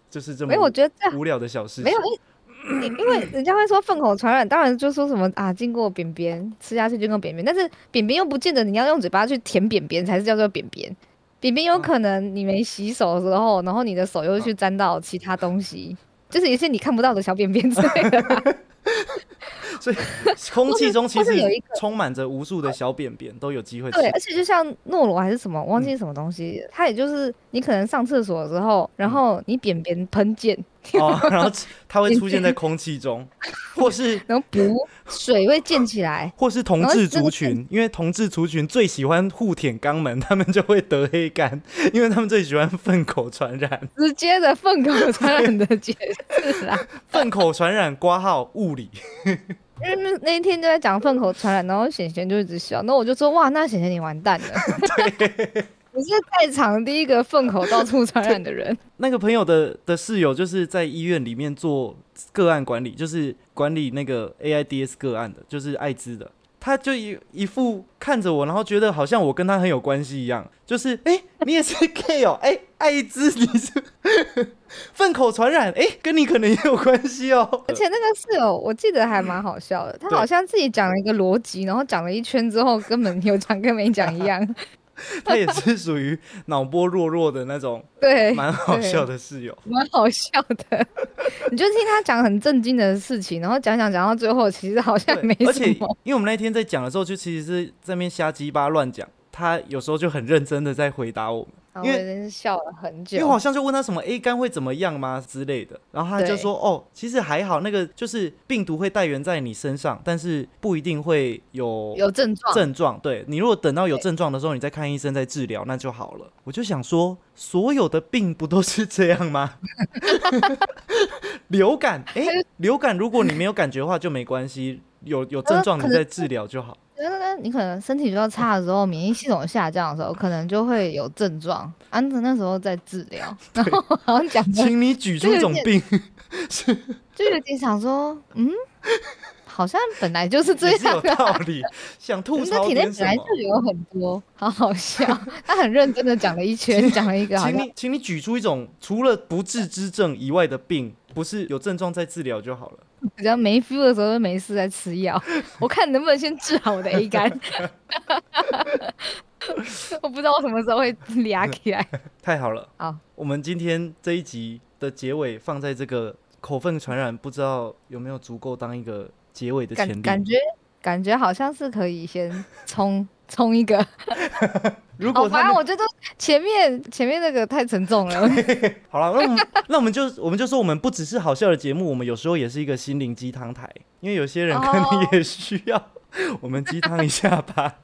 Speaker 2: 就是这么
Speaker 1: 没有，我觉得这
Speaker 2: 无聊的小事情。
Speaker 1: 没有，因因因为人家会说粪口传染，当然就说什么啊，经过便便吃下去就跟便便，但是便便又不见得你要用嘴巴去舔便便才是叫做便便，便便
Speaker 2: 嗯
Speaker 1: 有可能你没洗手的时候，然后你的手又去沾到其他东西，就是一些你看不到的小便便之
Speaker 2: [laughs]
Speaker 1: 类的啦。
Speaker 2: 所以空气中其
Speaker 1: 或是
Speaker 2: 实
Speaker 1: 有一个
Speaker 2: 充满着无数的小便便，都有机会
Speaker 1: [laughs]
Speaker 2: 吃
Speaker 1: 对，。而且就像诺罗还是什么，我忘
Speaker 2: 嗯
Speaker 1: 记什么东西，它也就是你可能上厕所的时候，
Speaker 2: 嗯
Speaker 1: 然后你便便喷溅， [laughs]
Speaker 2: 哦，然后它会出现在空气中，或是
Speaker 1: 然后补水会溅起来。
Speaker 2: 或是同
Speaker 1: 然后
Speaker 2: 志
Speaker 1: 这个 [laughs]
Speaker 2: 族群，因为同志族群最喜欢互舔肛门，他们就会得黑肝，因为他们最喜欢粪口传染。
Speaker 1: 直接的粪口传染的解释啦，
Speaker 2: 粪口传染挂号物理， [laughs]
Speaker 1: 因为那那一天就在
Speaker 2: [laughs]
Speaker 1: 讲粪口传染，然后显贤就一直笑，那我就说哇，那显贤你完蛋了。你是在场第一个粪口到处传染的人。
Speaker 2: 那个朋友的的室友就是在医院里面做个案管理，就是管理那个 AIDS 个案的，就是艾滋的。他就一一副看着我，然后觉得好像我跟他很有关系一样，就是哎、诶你也是 gay 哦， [laughs] 哎、艾滋你是 [laughs] 粪口传染，哎、跟你可能也有关系哦。
Speaker 1: 而且那个室友，我记得还蛮好笑的，他
Speaker 2: 对
Speaker 1: 好像自己讲了一个逻辑，然后讲了一圈之后，根本有讲跟没讲一
Speaker 2: [laughs]
Speaker 1: 样。
Speaker 2: 他也是属于脑波弱弱的那种，
Speaker 1: 对，
Speaker 2: 蛮好
Speaker 1: 对
Speaker 2: 笑的室友。
Speaker 1: 蛮好笑的。 [laughs] 你就听他讲很震惊的事情，然后讲讲讲到最后，其实好像
Speaker 2: 对，
Speaker 1: 没
Speaker 2: 而
Speaker 1: 什
Speaker 2: 且
Speaker 1: 么。
Speaker 2: 因为我们那天在讲的时候，就其实是在那边瞎鸡巴乱讲，他有时候就很认真的在回答我们，
Speaker 1: 然后
Speaker 2: 因
Speaker 1: 我
Speaker 2: 为
Speaker 1: 真是哦笑了很
Speaker 2: 因为我好
Speaker 1: 久。
Speaker 2: 像就问他什么 A 肝会怎么样吗之类的，然后他就
Speaker 1: 对
Speaker 2: 说哦，其实还好，那个就是病毒会带源在你身上，但是不一定会有
Speaker 1: 有症状，
Speaker 2: 症状。对你如果等到有
Speaker 1: 对
Speaker 2: 症状的时候，你再看医生再治疗，那就好了。我就想说，所有的病不都是这样吗？ [laughs] 流感，哎、流感如果你没有感觉的话就没关系，有有症状
Speaker 1: 可
Speaker 2: 你
Speaker 1: 能
Speaker 2: 再治疗就好。
Speaker 1: 那那你可能身体比较差的时候，免疫系统下降的
Speaker 2: [laughs]
Speaker 1: 时候，可能就会有症状。安子那时候在治
Speaker 2: [laughs]
Speaker 1: 疗，然后好像讲的
Speaker 2: 请你举出一种病，
Speaker 1: 就有点想说，嗯，好像本来就是这
Speaker 2: [laughs] 也是
Speaker 1: 样
Speaker 2: 有
Speaker 1: 啊。
Speaker 2: 道理。想吐
Speaker 1: 你的
Speaker 2: 槽
Speaker 1: 体内
Speaker 2: 点
Speaker 1: 本
Speaker 2: 什
Speaker 1: 来
Speaker 2: 么？
Speaker 1: 就有很多，好好笑。他很认真的讲了一
Speaker 2: [laughs]
Speaker 1: 圈，讲了一个好
Speaker 2: 请
Speaker 1: 像
Speaker 2: 你，请你举出一种除了不治之症以外的病，不是有症状再治疗就好了。
Speaker 1: 比较没 feel 的时候就没事在吃
Speaker 2: [laughs]
Speaker 1: 药，我看能不能先治好我的 A 肝。我不知道我什么时候会 [laughs] 俩起来。
Speaker 2: 太好了，
Speaker 1: 好，
Speaker 2: 我们今天这一集的结尾放在这个口粪传染，不知道有没有足够当一个结尾的前
Speaker 1: 感感
Speaker 2: 例。
Speaker 1: 觉感觉好像是可以先冲冲一个。
Speaker 2: [laughs] 如果
Speaker 1: 哦，
Speaker 2: 他
Speaker 1: 反正
Speaker 2: 们、
Speaker 1: 我觉得前面前面那个太沉重
Speaker 2: [laughs]
Speaker 1: 了。
Speaker 2: 好了，那我们 [laughs] 那我们就我们就说，我们不只是好笑的节目，我们有时候也是一个心灵鸡汤台，因为有些人可能
Speaker 1: 哦
Speaker 2: 也需
Speaker 1: [laughs]
Speaker 2: 要我们鸡汤一下吧。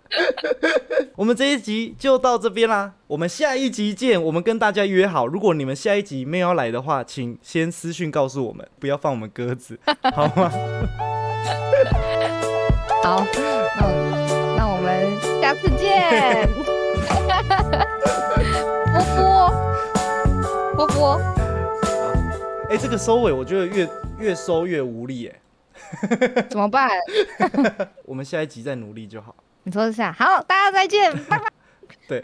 Speaker 2: 我们这一集就到这边啦，我们下一集见。我们跟大家约好，如果你们下一集没有要来的话，请先私讯告诉我们，不要放我们鸽子，好吗？
Speaker 1: 好，那我那我们下次见。波波波波，
Speaker 2: 哎、这个收尾我觉得越越收越无力哎、
Speaker 1: 怎么办？
Speaker 2: 我们下一集再努力就好。
Speaker 1: 你说一下。好，大家再见，拜拜。
Speaker 2: 对，